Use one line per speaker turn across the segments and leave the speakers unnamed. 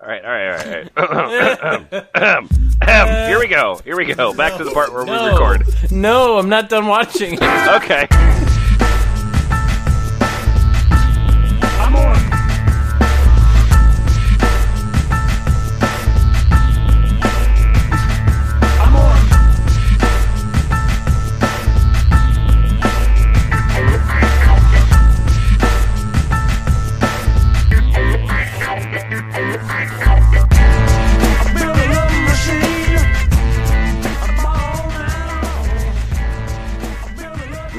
All right, all right, all right. Ahem, ahem. Here we go. Here we go. Back to the part where we record.
No, I'm not done watching.
Okay.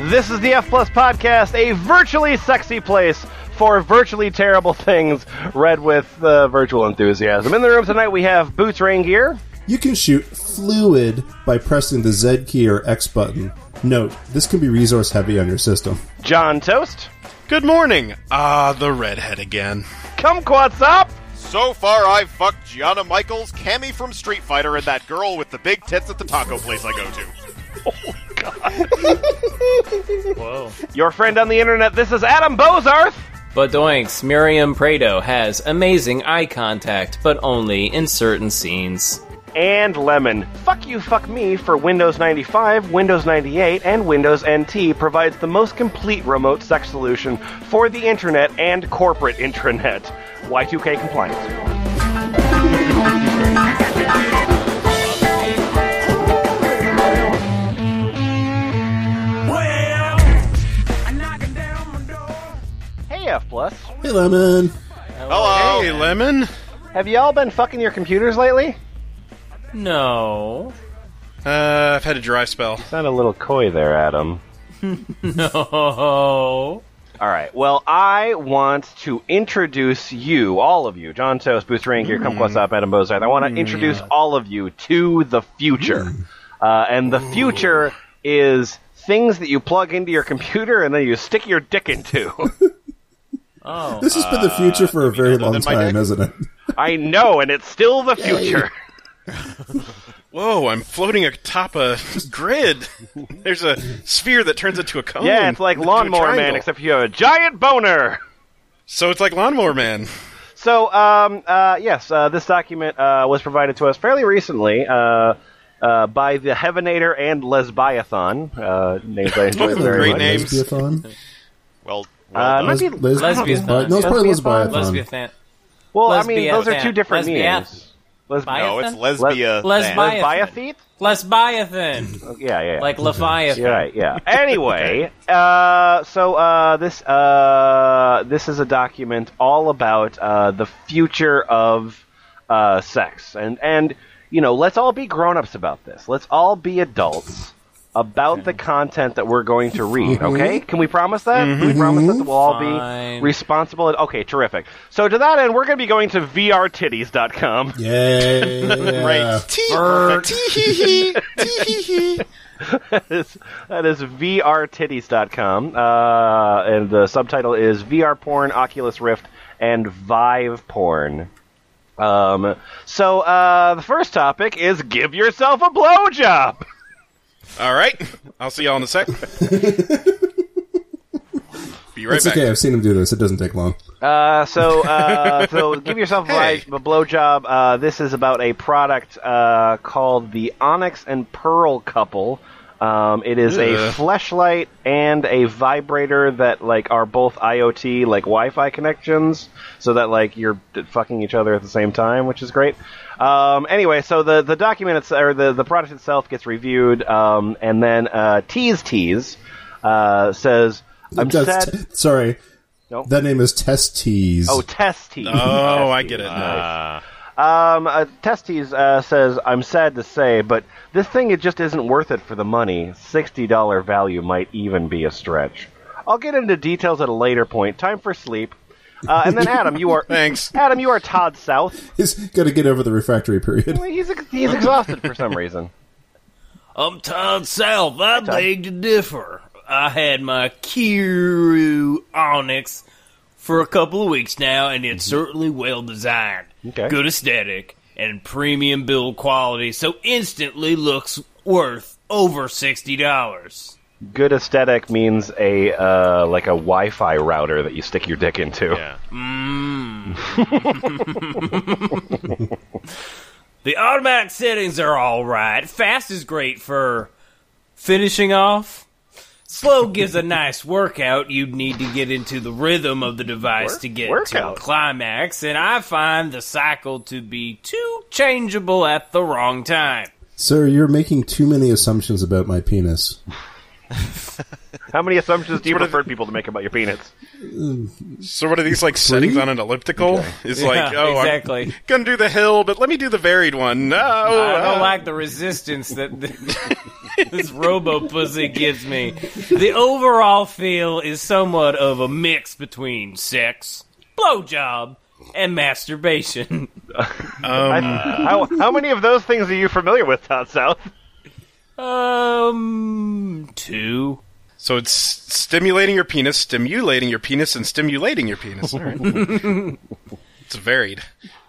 This is the F Plus Podcast, a virtually sexy place for virtually terrible things, read with uh, virtual enthusiasm. In the room tonight, we have Boots Rain Gear.
You can shoot fluid by pressing the Z key or X button. Note, this can be resource heavy on your system.
John Toast,
Good morning. Ah, the redhead again.
Kumquats up,
So far, I've fucked Gianna Michaels, Cammy from Street Fighter, and that girl with the big tits at the taco place I go to.
your friend on the internet. This is Adam Bozarth,
but doinks, Miriam Prado has amazing eye contact, but only in certain scenes.
and Lemon. Fuck you, fuck me for Windows 95, Windows 98, and Windows NT provides the most complete remote sex solution for the internet and corporate intranet. Y2K compliant. Hey, F Plus.
Hey, Lemon.
Hello.
Hey, Lemon.
Have y'all been fucking your computers lately?
No.
Uh, I've had a dry spell.
Sound a little coy there, Adam.
Oh.
All right. Well, I want to introduce you, all of you, John Toast, Booth Rank here, come
Mm.
close up, Adam Bozarth. I want to introduce all of you to the future.
Mm.
Uh, and the future is things that you plug into your computer and then you stick your dick into.
Oh.
This has been the future
Uh,
for a very long
than my
time,
dick.
hasn't it?
I know, and it's still the future.
Whoa, I'm floating atop a grid. There's a sphere that turns into a cone.
Yeah, it's like
into a
Lawnmower Man,
triangle.
except you have a giant boner.
So it's like Lawnmower Man.
So, um, uh, yes, uh, this document uh, was provided to us fairly recently uh, uh, by the Heavenator and Lesbiathon. Uh, names I enjoy
Both
very
great
much.
names.
Lesbiathon?
Well,
Uh,
well
let's-
Les-
Lesbi-
les-
Lesbiathon.
uh, No, it's probably
Lesbiathon.
lesbiathon.
Lesbiathan.
Well, I mean, those are
Lesbiathon.
two different
Lesbiath-
names. Lesb-
Bi-
no, Oh, it's
Les-
lesbia.
Lesbi-
then.
Lesbiathete?
Lesbiathan.
Yeah, yeah. yeah.
Like Leviathan.
You're right. Yeah. Anyway, uh, so uh, this uh, this is a document all about uh, the future of uh, sex, and and you know, let's all be grown ups about this. Let's all be adults about the content that we're going to read. Okay? Can we promise that? Can we promise that we'll all
Fine.
be responsible? And, okay, terrific. So to that end, we're going to be going to vrtitties.com.
Yay.
Right.
Bird.
Tee-hee-hee. Tee-hee-hee.
is, that is vrtitties.com. Uh, and the subtitle is VR porn, Oculus Rift, and Vive porn. Um, so uh, the first topic is give yourself a blowjob.
All right. I'll see y'all in a sec. Be right
It's
back.
okay, I've seen him do this. It doesn't take long.
Uh, so, uh, so give yourself a,
Hey.
bli- a blowjob. Uh, this is about a product uh, called the Onyx and Pearl couple. Um, it is a
Ugh.
fleshlight and a vibrator that like are both IoT like Wi-Fi connections, so that like you're d- fucking each other at the same time, which is great. Um, anyway, so the the document it's, or the the product itself gets reviewed, um, and then uh, Tease Tease uh, says, "I'm
That's
sad."
t- sorry.
Nope.
That name is Testes.
Oh, test tease.
Oh, I get it.
Uh, Um, uh, Testes uh, says, "I'm sad to say, but this thing it just isn't worth it for the money. Sixty dollar value might even be a stretch. I'll get into details at a later point. Time for sleep." Uh, and then Adam, you are
Thanks.
Adam, you are Todd South.
He's got to get over the refractory period.
He's ex- he's exhausted for some reason.
I'm Todd Self. I beg to differ. I had my Kiru Onyx for a couple of weeks now, and it's certainly well designed.
Okay.
Good aesthetic and premium build quality, so instantly looks worth over $60.
good aesthetic means a uh, like a Wi-Fi router that you stick your dick into.
Yeah.
The automatic settings are all right. Fast is great for finishing off. Slow gives a nice workout. You'd need to get into the rhythm of the device
Work-
to get to a
workout.
climax, and I find the cycle to be too changeable at the wrong time.
Sir, you're making too many assumptions about my penis.
How many assumptions do you prefer people to make about your penis?
So what are these like settings on an elliptical? It's like,
Yeah,
oh,
exactly.
I'm gonna do the hill, but let me do the varied one. No,
I
uh,
don't like the resistance that th- this robo pussy gives me. The overall feel is somewhat of a mix between sex, blowjob, and masturbation.
How, how many of those things are you familiar with, Todd South?
Um, two.
So it's stimulating your penis, stimulating your penis, and stimulating your penis. All right. it's varied.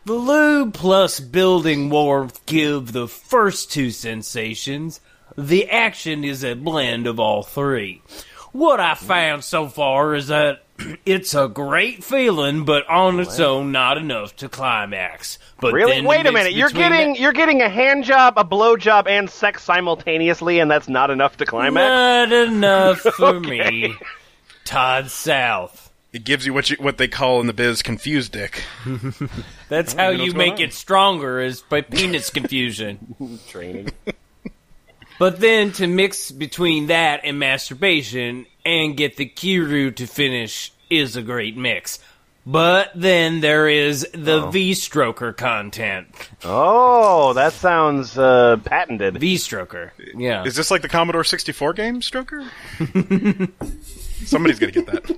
The lube plus building warmth give the first two sensations. The action is a blend of all three. What I found so far is that it's a great feeling, but on its own, not enough to climax. But
Really?
then the
Wait a
mix
minute. You're
between
getting
the-
you're getting a hand job, a blow job, and sex simultaneously, and that's not enough to climax.
not enough for me. Todd South.
It gives you what you, what they call in the biz confused dick.
That's how
know
you
what's going
make
on.
it stronger is by penis confusion.
Training.
But then to mix between that and masturbation and get the Kiru to finish is a great mix. But then there is the V stroker content.
Oh, that sounds uh, patented.
V stroker. Yeah.
Is this like the Commodore 64 game, Stroker? Somebody's gonna get that.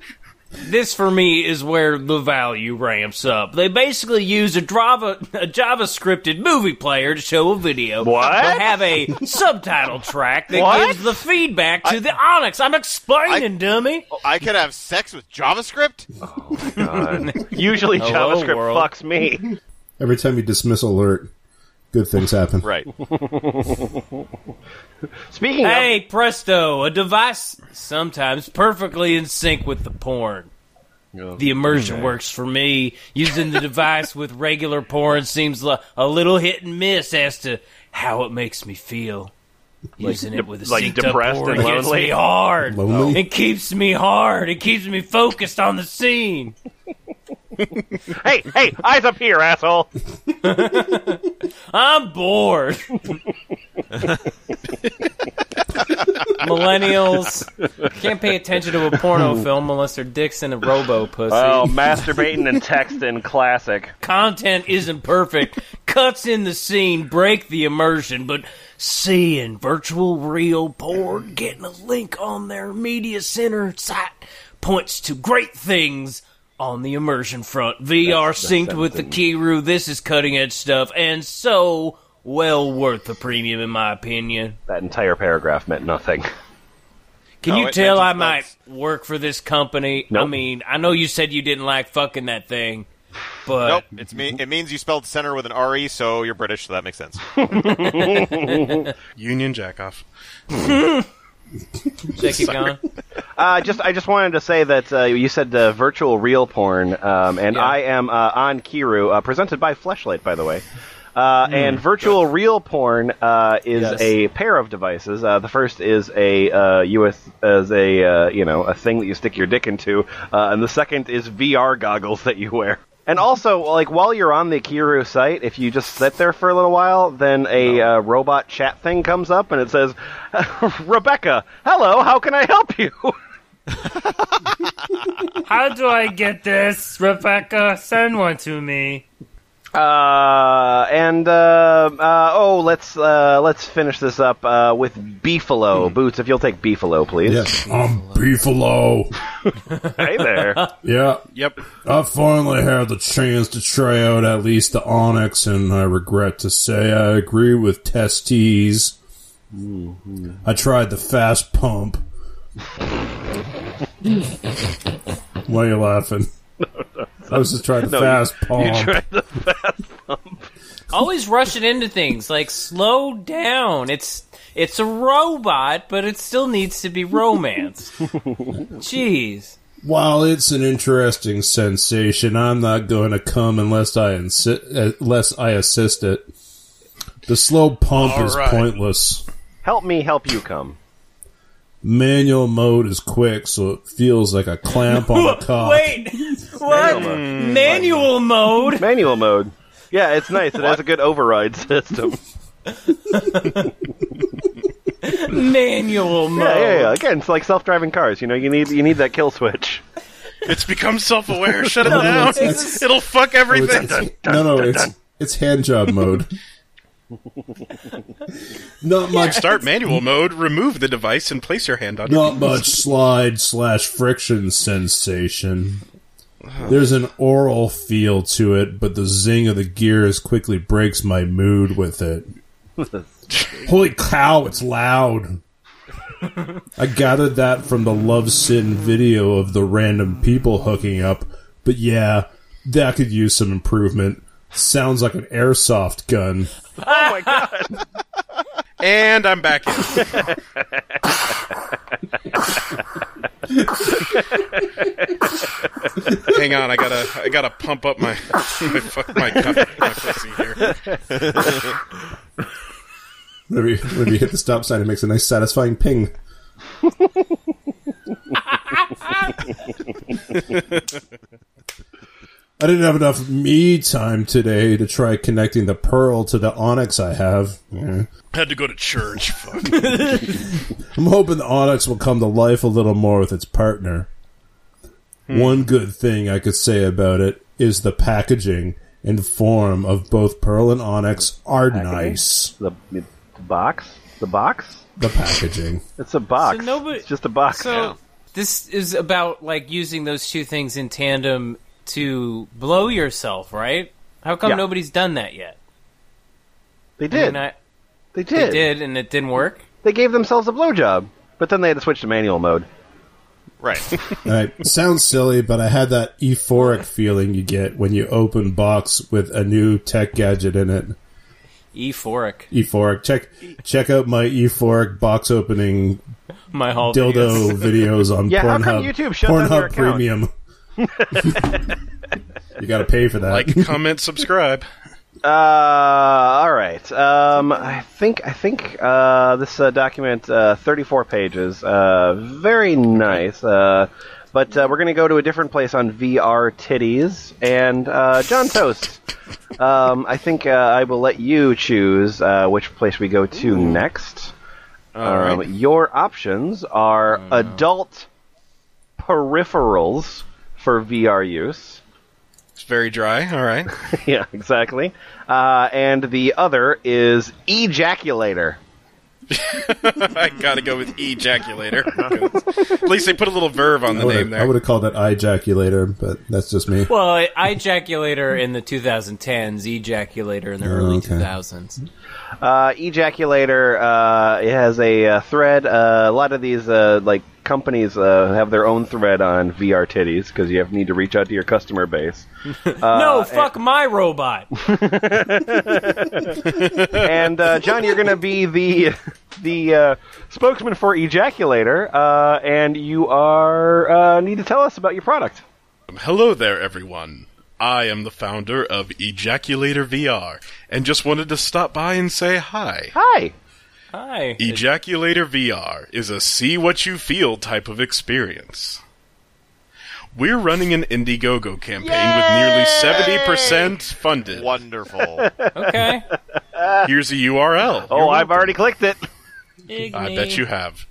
This for me is where the value ramps up. They basically use a Java a JavaScripted movie player to show a video.
What?
But have a subtitle track that
What?
gives the feedback to the Onyx. I'm explaining, dummy.
I could have sex with JavaScript?
Usually
Hello,
JavaScript
world.
fucks me.
Every time you dismiss alert, good things happen.
Right.
Speaking
Hey, presto, a device sometimes perfectly in sync with the porn.
Oh,
The immersion works for me. Using the device with regular porn seems li- a little hit and miss as to how it makes me feel. Using it with a
like
synced
depressed
up porn
and
gets me
lonely?
hard.
Lonely?
It keeps me hard. It keeps me focused on the scene.
of hey, hey, eyes up here, asshole.
I'm bored. Millennials can't pay attention to a porno film unless their dick's in a robo pussy.
Oh, masturbating and texting, classic.
Content isn't perfect. Cuts in the scene break the immersion, but seeing virtual real porn, getting a link on their media center site points to great things on the immersion front. VR synced with the Kiru, this is cutting edge stuff, and so well worth the premium in my opinion.
That entire paragraph meant nothing.
Can
No,
you
it
tell I
mentions
might
bugs.
work for this company? I
Nope.
mean, I know you said you didn't like fucking that thing, but
Nope. It's me. It means you spelled center with an R E, so you're British, so that makes sense.
Union jackoff.
check it gone.
Uh, just, I just wanted to say that uh, you said uh, virtual real porn, um, and
Yeah.
I am uh, on Kiru, uh, presented by Fleshlight, by the way. Uh, and virtual real porn uh, is
Yes.
a pair of devices. Uh, the first is a uh, US as a uh, you know a thing that you stick your dick into, uh, and the second is VR goggles that you wear. And also, like while you're on the Kiru site, if you just sit there for a little while, then a uh, robot chat thing comes up and it says, "Rebecca, hello, how can I help you?"
How do I get this, Rebecca? Send one to me.
Uh, and uh, uh, oh, let's uh, let's finish this up uh, with Beefalo boots. If you'll take Beefalo, please.
Yes. I'm Beefalo.
Hey there.
Yeah.
Yep.
I finally had the chance to try out at least the Onyx, and I regret to say I agree with Testes. I tried the fast pump. Why are you laughing? I was just trying to fast pump.
Always rushing into things. Like, slow down. It's It's a robot, but it still needs to be romance. Jeez.
While it's an interesting sensation, I'm not going to come unless I insi- uh, unless I assist it. The slow pump
All
is
right.
pointless.
Help me help you come.
Manual mode is quick, so it feels like a clamp on a cock.
Wait, what? Manual mode?
Manual mode. Yeah, it's nice. It has a good override system.
Manual mode.
Yeah, yeah, yeah. Again, it's like self-driving cars. You know, you need you need that kill switch.
It's become self-aware. Shut it down.
it's- it's-
It'll fuck
Oh, it's-
everything.
it's- no, no, it's it's hand job mode. not much,
Start manual mode. Remove the device and place your hand on it.
not much slide slash friction sensation. There's an oral feel to it, but the zing of the gears quickly breaks my mood with it. Holy cow, it's loud. I gathered that from the Love Sin video of the random people hooking up, but yeah, that could use some improvement. Sounds like an airsoft gun.
And I'm back in. Hang on, I gotta, I gotta pump up my, my, fuck my, cup, my pussy here.
Whenever you, whenever you hit the stop sign, it makes a nice satisfying ping. I didn't have enough me time today to try connecting the pearl to the onyx I have. Yeah.
Had to go to church. Fuck.
I'm hoping the onyx will come to life a little more with its partner.
Hmm.
One good thing I could say about it is the packaging and form of both pearl and onyx are nice.
The, the box. The box.
The packaging.
It's a box.
So nobody-
it's just a box.
So this is about like using those two things in tandem to blow yourself, right? How come
Yeah.
nobody's done that yet?
they
I
did.
mean, I-
they did.
they did, and it didn't work.
They gave themselves a blowjob, but then they had to switch to manual mode.
Right.
All right, sounds silly, but I had that euphoric feeling you get when you open box with a new tech gadget in it.
Euphoric.
Euphoric. Check check out my euphoric box opening
My whole
dildo videos on
Yeah, how
Pornhub.
come YouTube shut down your
Pornhub
account?
Premium. you got to pay for that.
Like, comment, subscribe.
Uh, all right. Um, I think I think uh, this uh, document, uh, 34 pages, uh, very nice. Uh, but uh, we're gonna go to a different place on VR titties and uh, John Toast. Um, I think uh, I will let you choose uh, which place we go to next. Um, Your options are adult peripherals for VR use.
It's very dry. All right.
Yeah, exactly. Uh, and the other is ejaculator.
I gotta go with ejaculator. At least they put a little verve on the
I
name there.
would have called it ejaculator, but that's just me.
Well, I- I ejaculator in the 2010s, ejaculator in the early
okay.
2000s.
Uh, ejaculator. Uh, it has a uh, thread. Uh, a lot of these uh, like companies uh, have their own thread on VR titties because you have, need to reach out to your customer base.
Uh, eh,
no, fuck my robot.
and uh, John, you're going to be the the uh, spokesman for ejaculator, uh, and you are uh, need to tell us about your product.
Hello there, everyone. I am the founder of Ejaculator VR, and just wanted to stop by and say hi.
Hi.
Hi.
Ejaculator VR is a see what you feel type of experience. We're running an Indiegogo campaign with nearly 70% funded.
Wonderful.
Okay.
Here's a URL.
Oh, I've already clicked it.
I bet you have.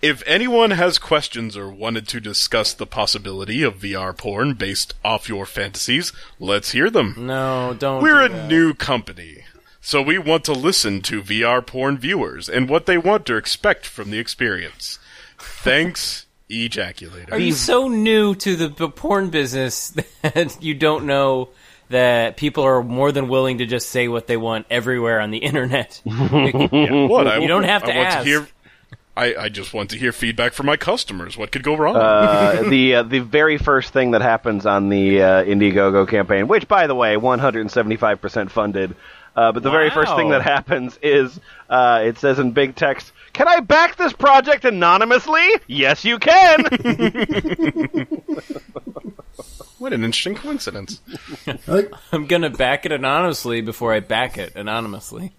If anyone has questions or wanted to discuss the possibility of VR porn based off your fantasies, let's hear them.
No, don't.
We're a
do that.
new company, so we want to listen to VR porn viewers and what they want to expect from the experience. Thanks,
Are
ejaculator.
you so new to the b- porn business that you don't know that people are more than willing to just say what they want everywhere on the internet?
What I,
You don't have
I
to
want
ask.
hear, I, I just want to hear feedback from my customers. What could go wrong?
uh, the uh, the very first thing that happens on the uh, Indiegogo campaign, which by the way, 175% funded, Uh, but the very first thing
Wow.
that happens is uh, it says in big text, "Can I back this project anonymously?" Yes, you can.
What an interesting coincidence.
I think
I'm gonna back it anonymously before I back it anonymously.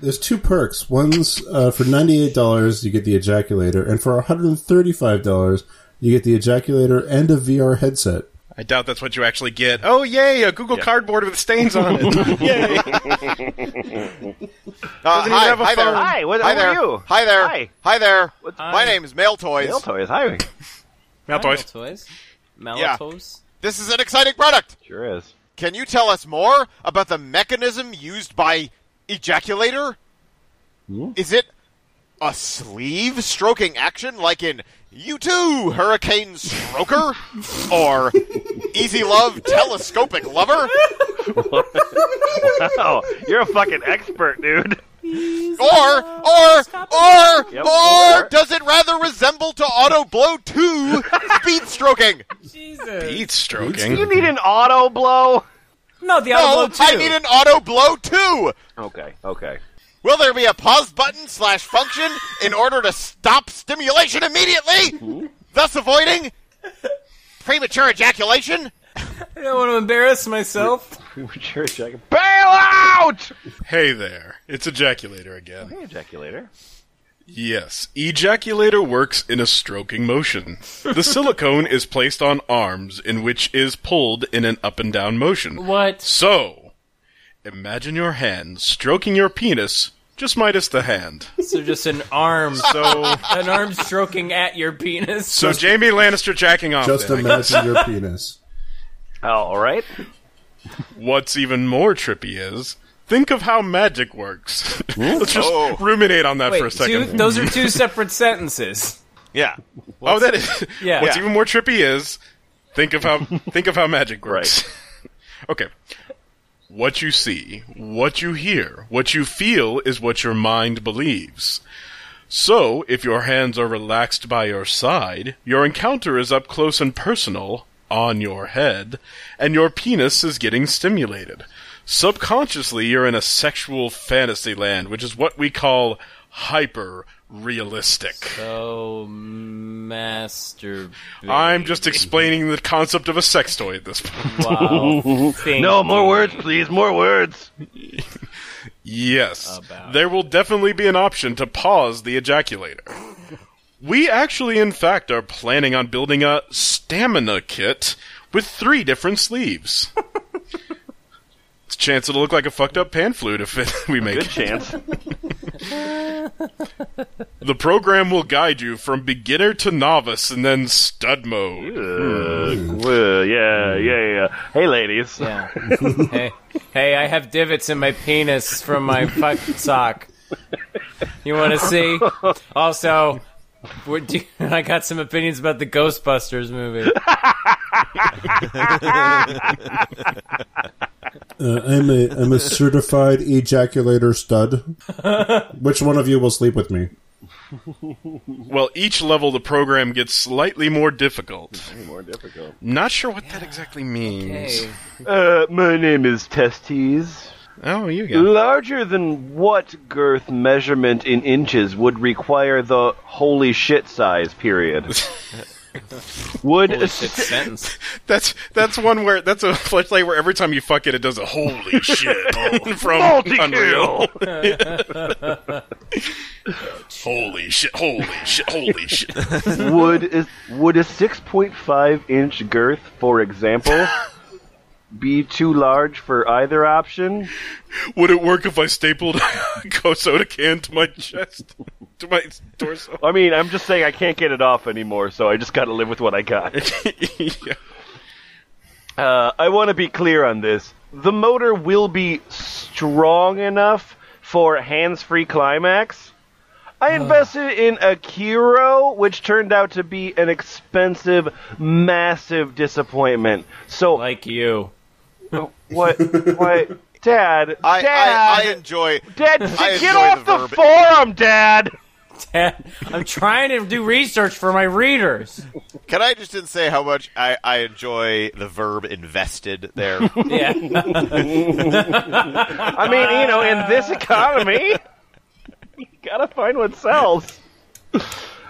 there's two perks. One's uh, for ninety-eight dollars, you get the ejaculator, and for one hundred and thirty-five dollars, you get the ejaculator and a VR headset.
I doubt that's what you actually get. Oh, yay, a Google Cardboard with stains on it. yay.
Uh,
Doesn't even
hi,
have a
hi there.
phone.
Hi, what-
hi
who
there.
are you?
Hi there.
Hi.
there. My
Hi.
name is Mail Toys.
Mail toys, hi.
Maltoys.
Maltoys.
Yeah.
Maltoys.
This is an exciting product.
Sure is.
Can you tell us more about the mechanism used by ejaculator? Is it a sleeve stroking action like in You Too Hurricane Stroker? or Easy Love Telescopic Lover?
Oh, you're a fucking expert, dude.
Or, or, or,
Yep,
or,
or.
does it rather resemble to Auto Blow 2 speed stroking?
Beat stroking.
You need an auto blow.
No, the
No,
Auto Blow
I
too.
need an Auto Blow 2!
Okay, okay.
Will there be a pause button slash function in order to stop stimulation immediately, thus avoiding premature ejaculation?
I don't want to embarrass myself.
Premature ejaculator. Bail out!
Hey there. It's Ejaculator again.
Hey, ejaculator.
Yes, ejaculator works in a stroking motion. The silicone is placed on arms in which is pulled in an up and down motion.
What?
So, imagine your hand stroking your penis, just minus the hand.
So just an arm,
So,
an arm stroking at your penis.
so Jamie Lannister jacking off.
Just
then, I guess.
imagine your penis.
All right.
What's even more trippy is think of how magic works. Let's just
Oh.
ruminate on that
Wait,
for a second.
Two, those are two separate sentences.
Yeah.
oh, that is.
Yeah.
What's
Yeah.
even more trippy is think of how think of how magic works. okay. What you see, what you hear, what you feel is what your mind believes. So, if your hands are relaxed by your side, your encounter is up close and personal on your head, and your penis is getting stimulated. Subconsciously, you're in a sexual fantasy land, which is what we call hyper realistic.
Oh, master.
I'm just explaining the concept of a sex toy at this point.
wow.
No, more words, please. More words.
Yes.
About-
There will definitely be an option to pause the ejaculator. We actually, in fact, are planning on building a stamina kit with three different sleeves. it's a chance it'll look like a fucked up pan flute if it, we make
Good
it.
chance.
The program will guide you from beginner to novice and then stud mode.
Uh, yeah, yeah, yeah. Hey, ladies.
Hmm. Yeah. hey, hey, I have divots in my penis from my fuck sock. You want to see? Also, we're- do- I got some opinions about the Ghostbusters movie.
Uh, I'm a I'm a certified ejaculator stud. Which one of you will sleep with me?
Well, each level the program gets slightly more difficult. More difficult. Not sure what that exactly means.
Hey,
Uh, my name is Testes.
Oh, you go.
Larger than what girth measurement in inches would require the holy shit size period? would
holy shit sentence.
That's that's one where that's a flashlight where every time you fuck it, it does a holy shit from Unreal. holy shit! Holy shit! Holy shit!
would a, would a 6.5 inch girth, for example, be too large for either option?
Would it work if I stapled a Coke soda can to my chest, to my torso?
I mean, I'm just saying I can't get it off anymore, so I just got to live with what I got.
Yeah.
Uh, I want to be clear on this. The motor will be strong enough for hands-free climax. I invested in a Kiro, which turned out to be an expensive, massive disappointment. So,
Like you.
what? What? Dad,
I,
Dad,
I, I enjoy.
Dad,
I
get
enjoy
off
the
the,
verb.
forum, Dad.
Dad, I'm trying to do research for my readers.
Can I just didn't say how much I, I enjoy the verb invested there?
Yeah.
I mean, you know, in this economy, you gotta find what sells.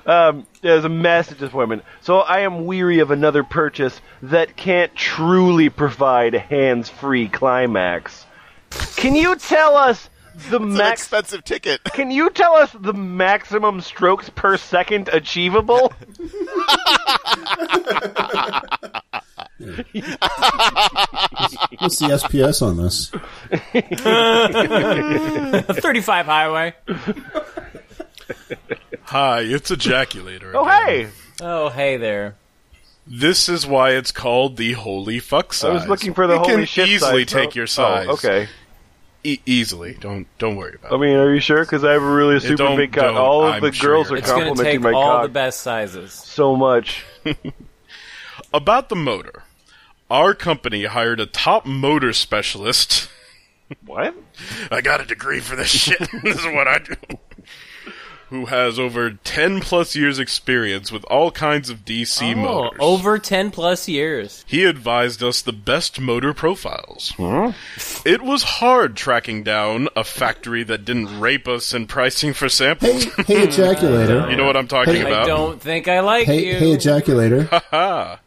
Um, there's a massive disappointment. So I am weary of another purchase that can't truly provide hands-free climax. Can you tell us the
it's an
max?
expensive ticket.
Can you tell us the maximum strokes per second achievable?
What's the SPS on this?
35 highway.
Hi, it's ejaculator.
Oh
again.
hey,
Oh, hey there.
This is why it's called the holy fuck
I
size.
was looking for the
You
holy
can
shit.
Easily
size.
take
Oh,
your size.
oh, okay.
E- easily. Don't don't worry about
I mean, are you sure? Because I have a really super
don't-
big cock.
don't.
All of
I'm
the
sure
girls
you're
are
It's going to
complimenting
take
my
all
cock
the best sizes.
so much. Oh.
it. About the motor. Our company hired a top motor specialist.
What?
I got a degree for this shit. this is what I do. Who has over 10 plus years experience with all kinds of DC
Oh,
motors.
over 10 plus years.
He advised us the best motor profiles. It was hard tracking down a factory that didn't rape us in pricing for
Hey,
samples.
hey, ejaculator.
you know what I'm talking
Hey,
about.
I don't think I like
Hey,
you.
hey, ejaculator.
Ah,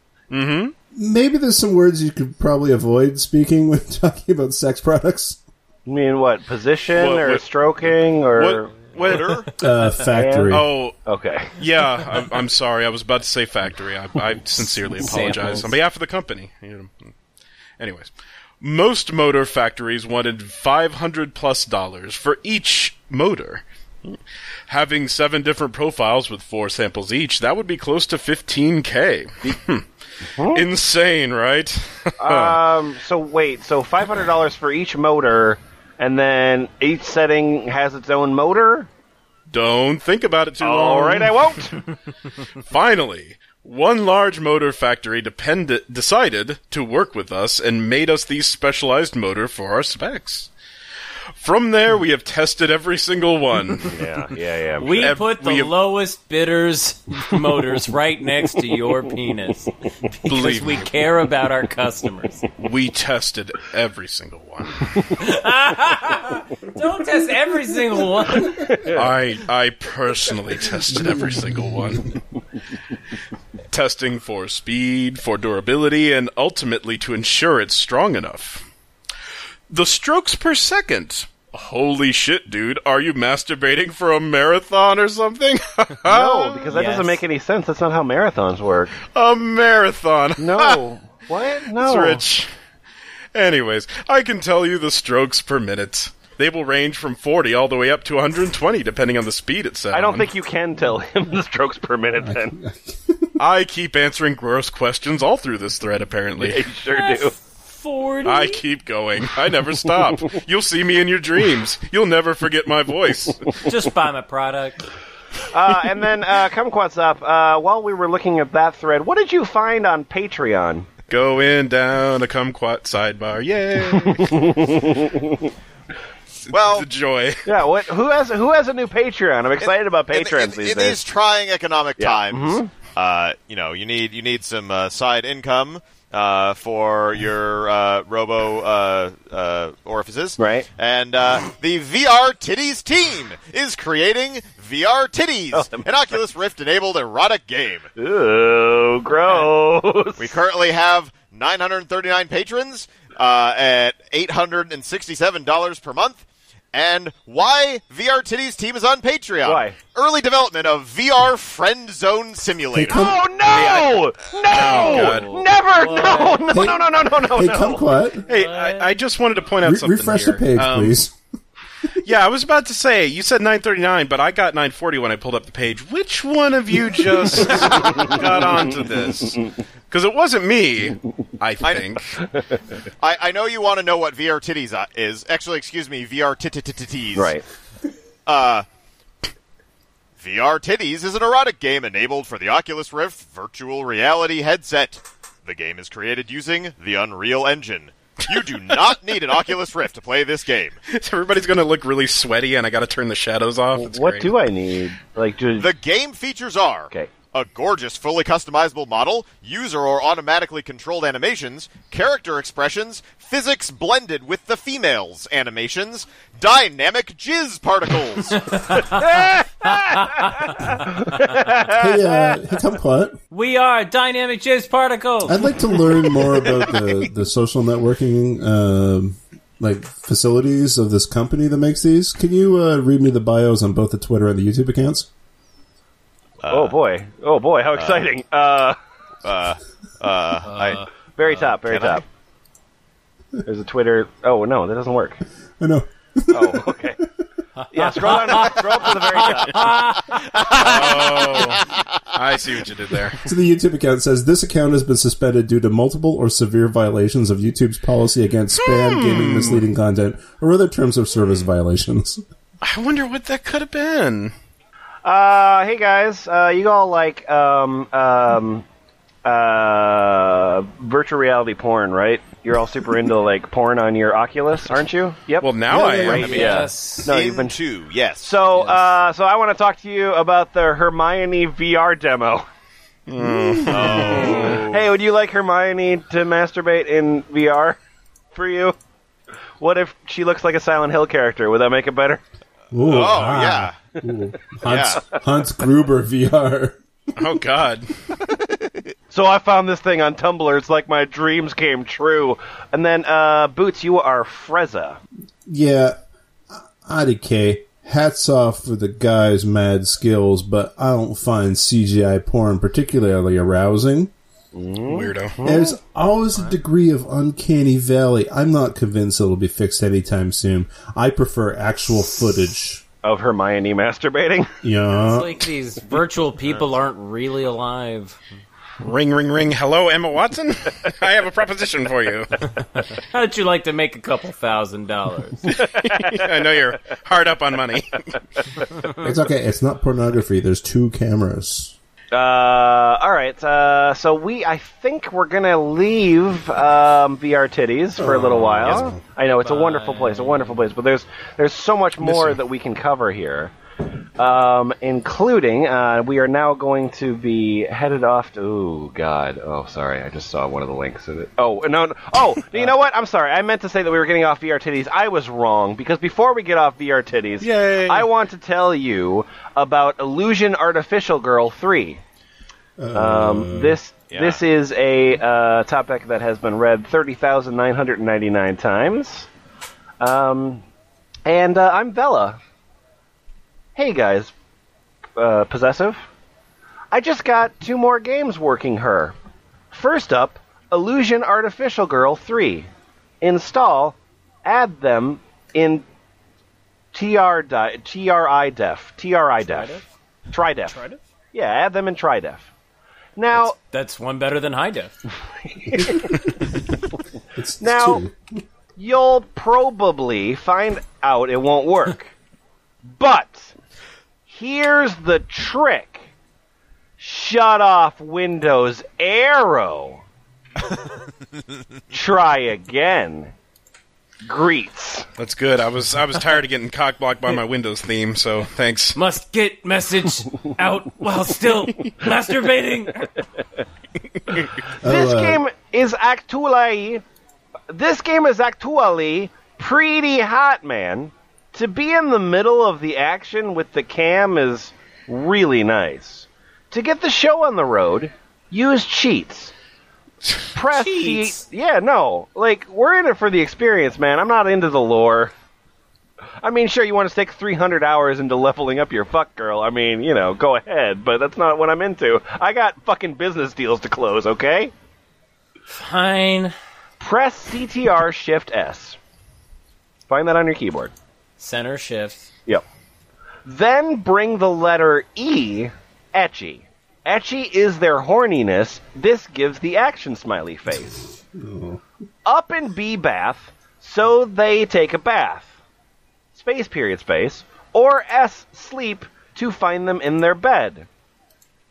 Maybe there's some words you could probably avoid speaking when talking about sex products.
You mean what? Position
What-
or
what-
stroking or?
what? What?
Order?
Uh, factory.
Oh,
Okay.
yeah. I'm, I'm sorry. I was about to say factory. I, I sincerely apologize on behalf of the company. You know. Anyways, most motor factories wanted 500 plus dollars for each motor. Having seven different profiles with four samples each, that would be close to 15k. Insane, right?
Um. So wait. So five hundred dollars for each motor, and then each setting has its own motor.
Don't think about it too long.
All right, I won't.
Finally, one large motor factory depend- decided to work with us and made us these specialized motor for our specs. From there, we have tested every single one.
yeah. Yeah. Yeah.
We
Ev-
put the
we-
lowest bidders motors right next to your penis because
Believe
we
me,
care about our customers.
we tested every single one.
Don't test every single one.
I I personally tested every single one. Testing for speed, for durability, and ultimately to ensure it's strong enough. The strokes per second. Holy shit, dude, are you masturbating for a marathon or something?
No, because that
Yes.
doesn't make any sense. That's not how marathons work.
a marathon.
No. what? No.
It's rich. Anyways, I can tell you the strokes per minute. They will range from 40 all the way up to 120 depending on the speed it's set
I don't
on.
think you can tell him the strokes per minute. Then
I keep answering gross questions all through this thread,
they
apparently.
sure do.
Forty.
I keep going. I never stop. You'll see me in your dreams. You'll never forget my voice.
Just buy my product.
Uh, and then uh, Kumquats up. Uh, while we were looking at that thread, what did you find on Patreon?
Going down a kumquat sidebar. Yay!
Well,
the joy.
Yeah, what? Who has who has a new Patreon? I'm excited about
in-
patrons
in,
these
in
days.
these trying economic
Yeah. Mm-hmm.
times, uh, you know, you need you need some uh, side income uh, for your uh, robo uh, uh, orifices,
Right.
And uh, the VR Titties team is creating VR Titties,
Oh,
an Oculus Rift-enabled erotic game.
Ooh, gross.
We currently have 939 patrons uh, at $867 per month. And why VR Titties team is on Patreon?
Why?
Early development of VR Friend Zone
hey,
Simulator.
cum-
Oh no!
God.
No! Never! No! No!
Hey-
No! No! No! No!
hey,
No!
kumquat.
Hey, I, I just wanted to point out
Re-
something.
refresh
here.
the page,
Um,
please.
Yeah, I was about to say, you said 939, but I got 940 when I pulled up the page. Which one of you just got onto this? Because it wasn't me, I think.
I, I know you want to know what VR Titties uh, is. Actually, excuse me, VR Titties.
Right.
VR Titties is an erotic game enabled for the Oculus Rift virtual reality headset. The game is created using the Unreal Engine. You do not need an Oculus Rift to play this game.
Everybody's going to look really sweaty, and I got to turn the shadows off. It's
what
great.
do I need? Like, do,
The game features are
Okay.
a gorgeous, fully customizable model, user or automatically controlled animations, character expressions, physics blended with the females' animations, dynamic jizz particles.
Hey, uh, hey, come put.
We are dynamic jizz particles.
I'd like to learn more about the, the social networking um, like facilities of this company that makes these. Can you uh, read me the bios on both the Twitter and the YouTube accounts?
oh boy, oh boy, how exciting! Uh, uh,
I-
very top, very
can I?
top. There's a Twitter. Oh no, that doesn't work.
I know.
Oh, okay. Yeah, scroll down, scroll up to the very top.
Oh, I see what you did there.
So the YouTube account says this account has been suspended due to multiple or severe violations of YouTube's policy against spam, gaming, misleading content, or other terms of service violations.
I wonder what that could have been.
Uh, hey guys, uh, you all like um um uh virtual reality porn, right? You're all super into like porn on your Oculus, aren't you? Yep.
Well, now I am.
right,
I mean,
yes.
No, you've been
two, yes.
So, uh, so I want to talk to you about the Hermione VR demo.
Mm.
hey, would you like Hermione to masturbate in VR for you? What if she looks like a Silent Hill character? Would that make it better?
Ooh,
oh
Ah.
yeah,
Hans, Hans Gruber VR.
Oh God.
So I found this thing on Tumblr. It's like my dreams came true. And then, uh, Boots, you are Frezza.
Yeah, IDK. Hats off for the guy's mad skills, but I don't find CGI porn particularly arousing.
Weirdo.
There's always a degree of uncanny valley. I'm not convinced it'll be fixed anytime soon. I prefer actual footage.
Of Hermione masturbating.
Yeah.
Like these virtual people aren't really alive.
Ring, ring, ring. Hello, Emma Watson. I have a proposition for you.
How'd you like to make a couple thousand dollars?
I know you're hard up on money.
It's okay. It's not pornography. There's two cameras.
Uh, all right. Uh, so we, I think we're gonna leave um, VR titties for a little while. I know it's a wonderful place, a wonderful place, but there's there's so much more that we can cover here, um, including uh, we are now going to be headed off to. Oh God. Oh, sorry. I just saw one of the links in it. Oh no. no oh, you know what? I'm sorry. I meant to say that we were getting off VR titties. I was wrong because before we get off VR titties,
Yay.
I want to tell you about Illusion Artificial Girl Three. Um, this this is a uh, topic that has been read thirty thousand nine hundred ninety nine times. Um, and uh, I'm Bella. Hey guys, uh, possessive. I just got two more games working her. First up, Illusion Artificial Girl three. Install, add them in tr di- tri def tri def tri def. Yeah, add them in tri def. Now,
That's one better than high def.
It's, it's
Now-
two.
you'll probably find out it won't work. but here's the trick. Shut off Windows Arrow. Try again. Greets.
That's good. I was I was tired of getting cockblocked by my Windows theme, so thanks.
Must get message out while still masturbating.
This
uh,
game is actually this game is actually pretty hot, man. To be in the middle of the action with the cam is really nice. To get the show on the road, use cheats. Press
Cheats?
the yeah, no. Like we're in it for the experience, man. I'm not into the lore. I mean, sure, you want to stick 300 hours into leveling up your fuck girl. I mean, you know, go ahead, but that's not what I'm into. I got fucking business deals to close, okay?
Fine.
press CTR Shift S. Find that on your keyboard.
Center shift.
Yep. Then bring the letter E, etchy. Etchy is their horniness. This gives the action smiley face. Up and B bath, so they take a bath. Space period space. Or S sleep to find them in their bed.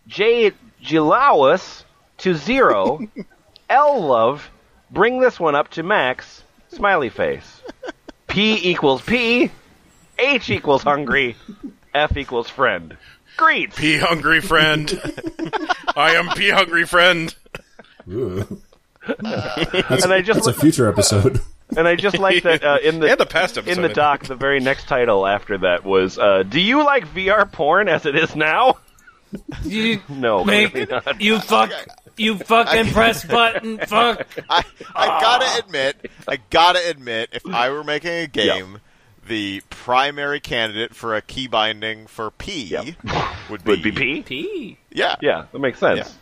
J Gilawus to zero. L love Bring this one up to max. Smiley face. P equals P. H equals hungry. F equals friend. Greets.
Pee hungry friend. I am pee hungry friend.
Ooh.
and I just
That's a future episode.
and I just like that uh, in the
And the past episode.
in the doc, the very next title after that was uh, "Do you like VR porn as it is now?"
You,
No,
make-
clearly not.
you fuck, you fucking press button, fuck.
I, I
Ah.
gotta admit, I gotta admit, if I were making a game, the primary candidate for a key binding for P would, be,
Would be P.
P.
Yeah, yeah,
Yeah, that makes sense.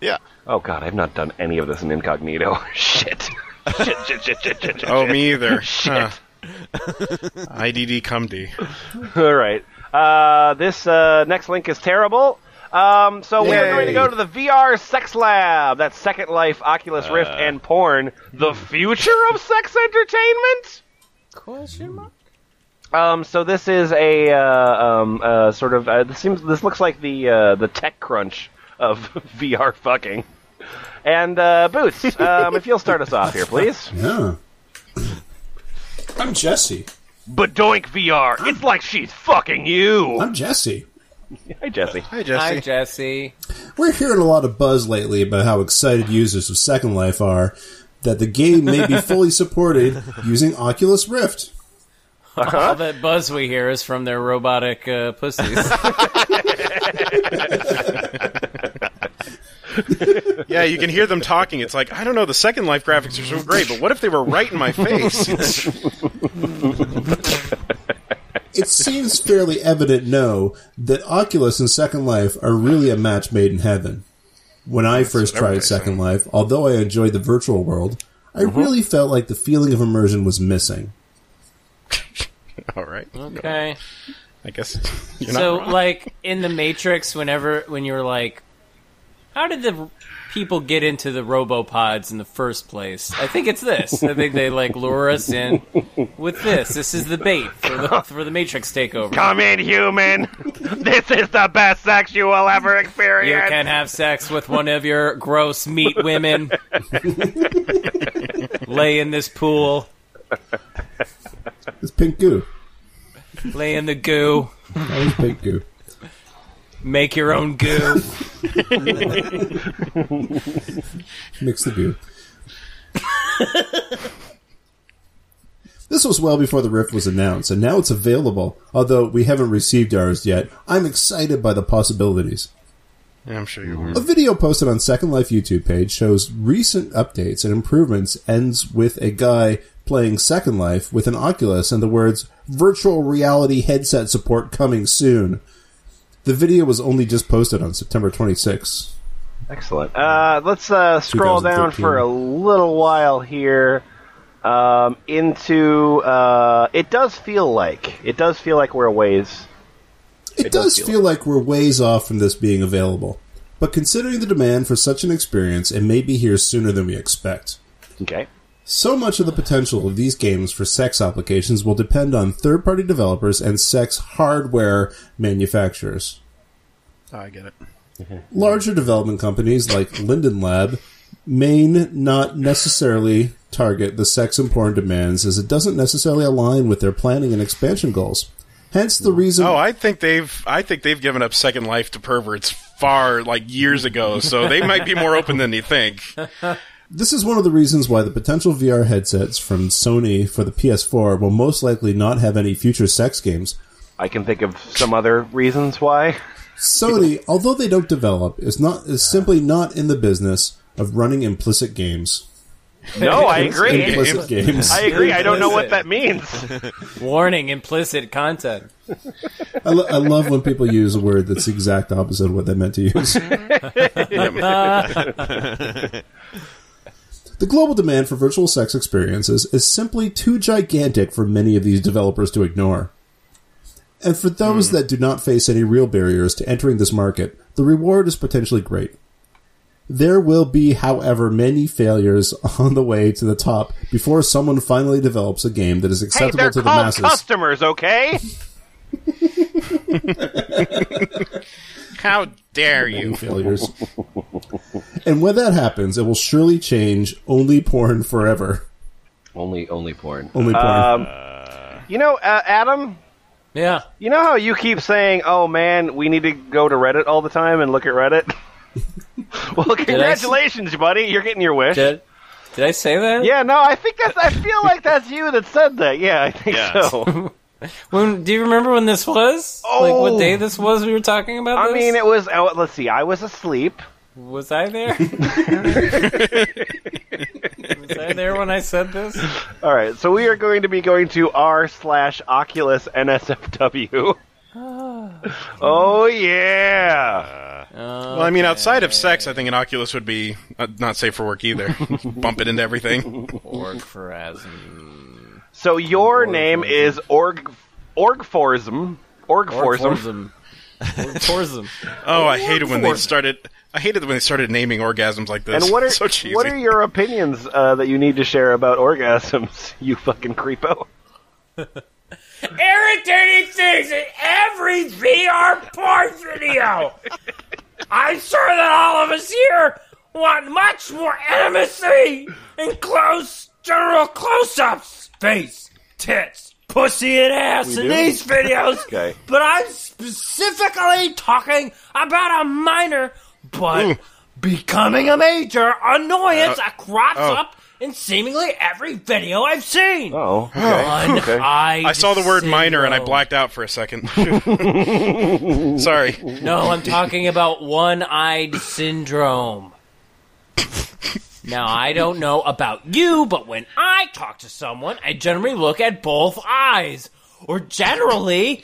yeah.
Oh god, I've not done any of this in incognito. shit. shit, shit, shit, shit, shit, shit.
Oh, me either.
Shit.
Huh. IDD cumd.
All right. Uh, this uh, next link is terrible. Um, so we are
Yay.
going to go to the VR sex lab. That's Second Life, Oculus Rift, and porn. The future of sex entertainment.
Question mark.
Um, so this is a uh, um, uh, sort of uh, this seems this looks like the uh, the tech crunch of VR fucking. And uh, Boots, um, if you'll start us off here, please.
Yeah. I'm Jesse.
Bedoink VR, it's like she's fucking you.
I'm Jesse.
Hi, Jesse.
Hi,
Hi,
Jesse.
Jesse.
We're hearing a lot of buzz lately about how excited users of Second Life are that the game may be fully supported using Oculus Rift.
All that buzz we hear is from their robotic uh, pussies.
Yeah, you can hear them talking. It's like, I don't know, the Second Life graphics are so great, but what if they were right in my face?
It seems fairly evident now that Oculus and Second Life are really a match made in heaven. When I first
what everybody
tried Second Life, although I enjoyed the virtual world, I really felt like the feeling of immersion was missing.
All right.
okay.
I guess you're
So,
not wrong.
like in the Matrix, whenever when you were like, how did the r- people get into the RoboPods in the first place? I think it's this. I think they like lure us in with this. This is the bait for the for the Matrix takeover.
Come in, human. this is the best sex you will ever
You
experience.
can have sex with one of your gross meat women. lay in this pool.
It's pink goo.
Lay in the goo.
That was pink goo.
Make your own goo.
Mix the goo. this was well before the Rift was announced, and now it's available, although we haven't received ours yet. I'm excited by the possibilities.
Yeah, I'm sure you were.
A video posted on Second Life YouTube page shows recent updates and improvements ends with a guy playing Second Life with an Oculus and the words virtual reality headset support coming soon. The video was only just posted on September 26.
Excellent. Uh, let's uh, scroll down
2013.
for a little while here um, into. Uh, it does feel like it does feel like we're a ways.
It, does, feel like we're ways off from this being available, but considering the demand for such an experience, it may be here sooner than we expect.
Okay.
So much of the potential of these games for sex applications will depend on third party developers and sex hardware manufacturers.
Oh, I get it.
Larger development companies like Linden Lab may n- not necessarily target the sex and porn demands as it doesn't necessarily align with their planning and expansion goals. Hence the reason
Oh, I think they've I think they've given up Second Life to perverts far like years ago, so they might be more open than you think.
This is one of the reasons why the potential VR headsets from Sony for the PS4 will most likely not have any future sex games.
I can think of some other reasons why.
Sony, although they don't develop, is not is simply not in the business of running implicit games.
No, I agree.
Implicit games.
I
I,
agree. I don't know what that means.
Warning: implicit content.
lo- I love when people use a word that's the exact opposite of what they meant to use. the global demand for virtual sex experiences is simply too gigantic for many of these developers to ignore. And for those that do not face any real barriers to entering this market, the reward is potentially great. There will be, however, many failures on the way to the top before someone finally develops a game that is
Hey,
acceptable
they're
to the
called
masses.
customers, okay?
How dare you?
failures. And when that happens, it will surely change only porn forever.
Only only porn.
Only porn.
Um, You know, uh, Adam.
Yeah.
You know how you keep saying, "Oh man, we need to go to Reddit all the time and look at Reddit." well, congratulations, buddy. You're getting your wish.
Did, did I say that?
Yeah, no, I think that's. I feel like that's you that said that. Yeah, I think
Yeah.
so.
When do you remember when this was? Like
Oh.
what day this was? We were talking about.
I
this?
mean, it was. Oh, let's see. I was asleep.
was I there? was I there when I said this?
All right, so we are going to be going to r slash Oculus NSFW. oh yeah.
Well, I mean, outside of sex, I think an Oculus would be uh, not safe for work either. Bump it into everything.
Org for Asm.
So your name is Org Orgforsm. Orgforsm.
Orgforsum. Orgforsum.
Oh, I hated when they started. I hated when they started naming orgasms like this.
And what are
so cheesy?
what are your opinions uh, that you need to share about orgasms? You fucking creepo.
Irritating things in every VR porn video. I'm sure that all of us here want much more intimacy and close general close-ups, face, tits, pussy, and ass in
do?
these videos.
Okay.
But I'm specifically talking about a minor, but becoming a major annoyance
Uh,
that crops
oh.
up in seemingly every video I've seen.
Oh, okay.
I,
I saw the word minor and I blacked out for a second. Sorry.
No, I'm talking about one-eyed syndrome. now I don't know about you, but when I talk to someone, I generally look at both eyes, or generally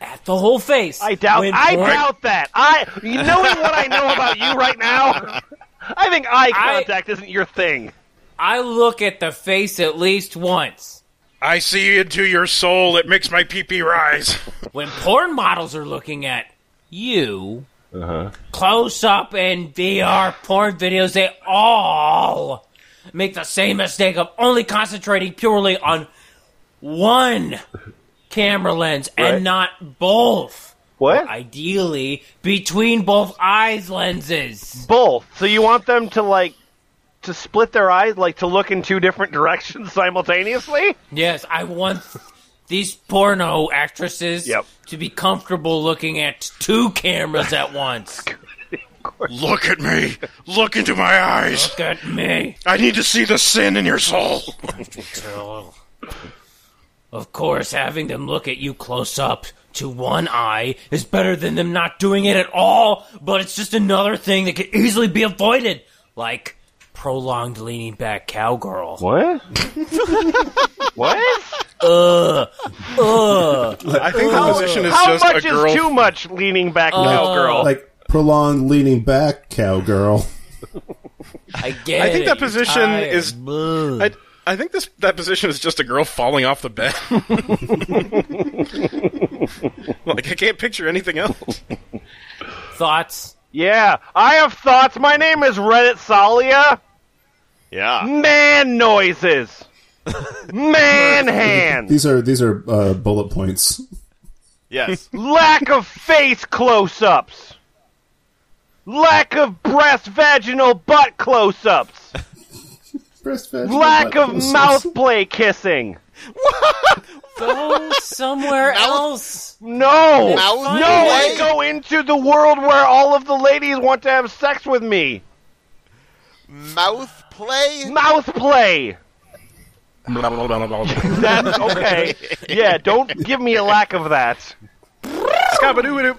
at the whole face.
I doubt.
When
I
porn-
doubt that. I knowing what I know about you right now, I think eye
I-
contact isn't your thing.
I look at the face at least once.
I see into your soul. It makes my pee pee rise.
when porn models are looking at you,
Uh-huh.
close up and VR porn videos, they all make the same mistake of only concentrating purely on one camera lens
Right.
and not both.
What?
Ideally, between both eyes lenses.
Both. So you want them to like to split their eyes, like to look in two different directions simultaneously?
Yes, I want these porno actresses
Yep.
to be comfortable looking at two cameras at once.
Look at me. Look into my eyes.
Look at me.
I need to see the sin in your soul.
So, of course, having them look at you close up to one eye is better than them not doing it at all, but it's just another thing that could easily be avoided, like prolonged leaning back cowgirl.
What? what?
I think the position is
How
just
much
a
is
girl.
too much leaning back
Oh.
cowgirl?
Like prolonged leaning back cowgirl.
I get
I think
it,
that
you're
position
tired.
is-
Blah.
I, I think this that position is just a girl falling off the bed. like I can't picture anything else.
Thoughts?
yeah, I have thoughts. My name is Reddit Salia.
Yeah.
Man noises. Man hands.
These are these are uh, bullet points.
Yes.
Lack of face close-ups. Lack of breast, vaginal, butt close-ups. Lack of mouth play kissing.
Go somewhere else.
No,
Mouth
no! I
play?
go into the world where all of the ladies want to have sex with me.
Mouth play?
Mouth play.
Scabadoo
That's okay. yeah, don't give me a lack of that.
scabadoo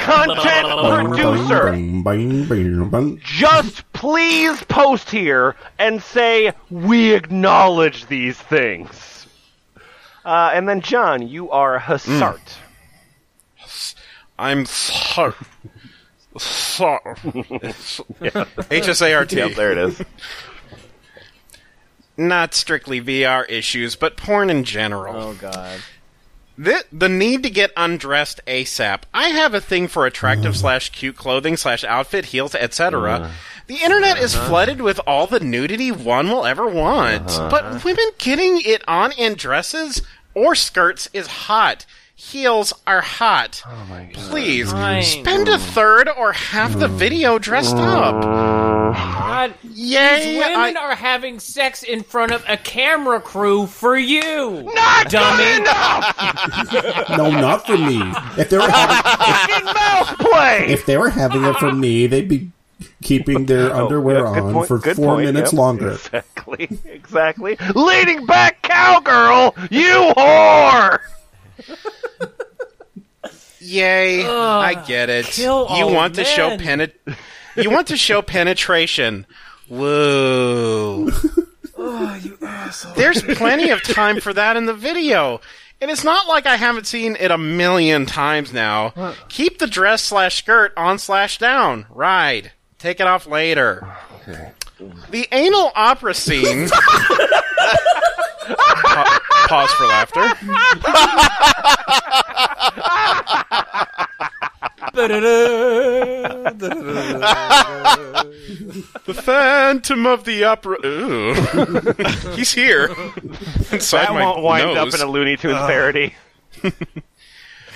Content producer, just please post here and say we acknowledge these things. Uh, and then, John, you are
Mm.
Hassart.
I'm sorry. Sorry. H S A R T.
it is.
Not strictly VR issues, but porn in general.
Oh.
God.
The, the need to get undressed ASAP. I have a thing for
Oh.
attractive slash cute clothing slash outfit, heels, etc.
Uh-huh.
the internet is flooded with all the nudity one will ever
Uh-huh.
want. But women getting it on in dresses or skirts is hot. heels are hot.
Oh my god. Mm.
Please
Fine.
spend a third or half the video dressed up.
God,
Yay!
These women
I-
are having sex in front of a camera crew for you. Not dummy.
No, not for me. If they were having,
Fucking mouth play.
if they were having it for me, they'd be keeping their underwear
Oh, Good
on
point-
for
good
four
point,
minutes
yep.
longer.
Exactly. Exactly. Leaning back cowgirl, you whore.
Yay! I get it.
kill
you
all
want to show
men.
penet. You want to show penetration. Whoa! There's plenty of time for that in the video, and it's not like I haven't seen it a million times now. Keep the dress slash skirt on slash down. Ride. Take it off later. The anal opera scene.
Pa- pause for laughter. The Phantom of the Opera. Ooh. He's here. Inside
That
my
won't wind
nose.
up in a Looney Tunes parody.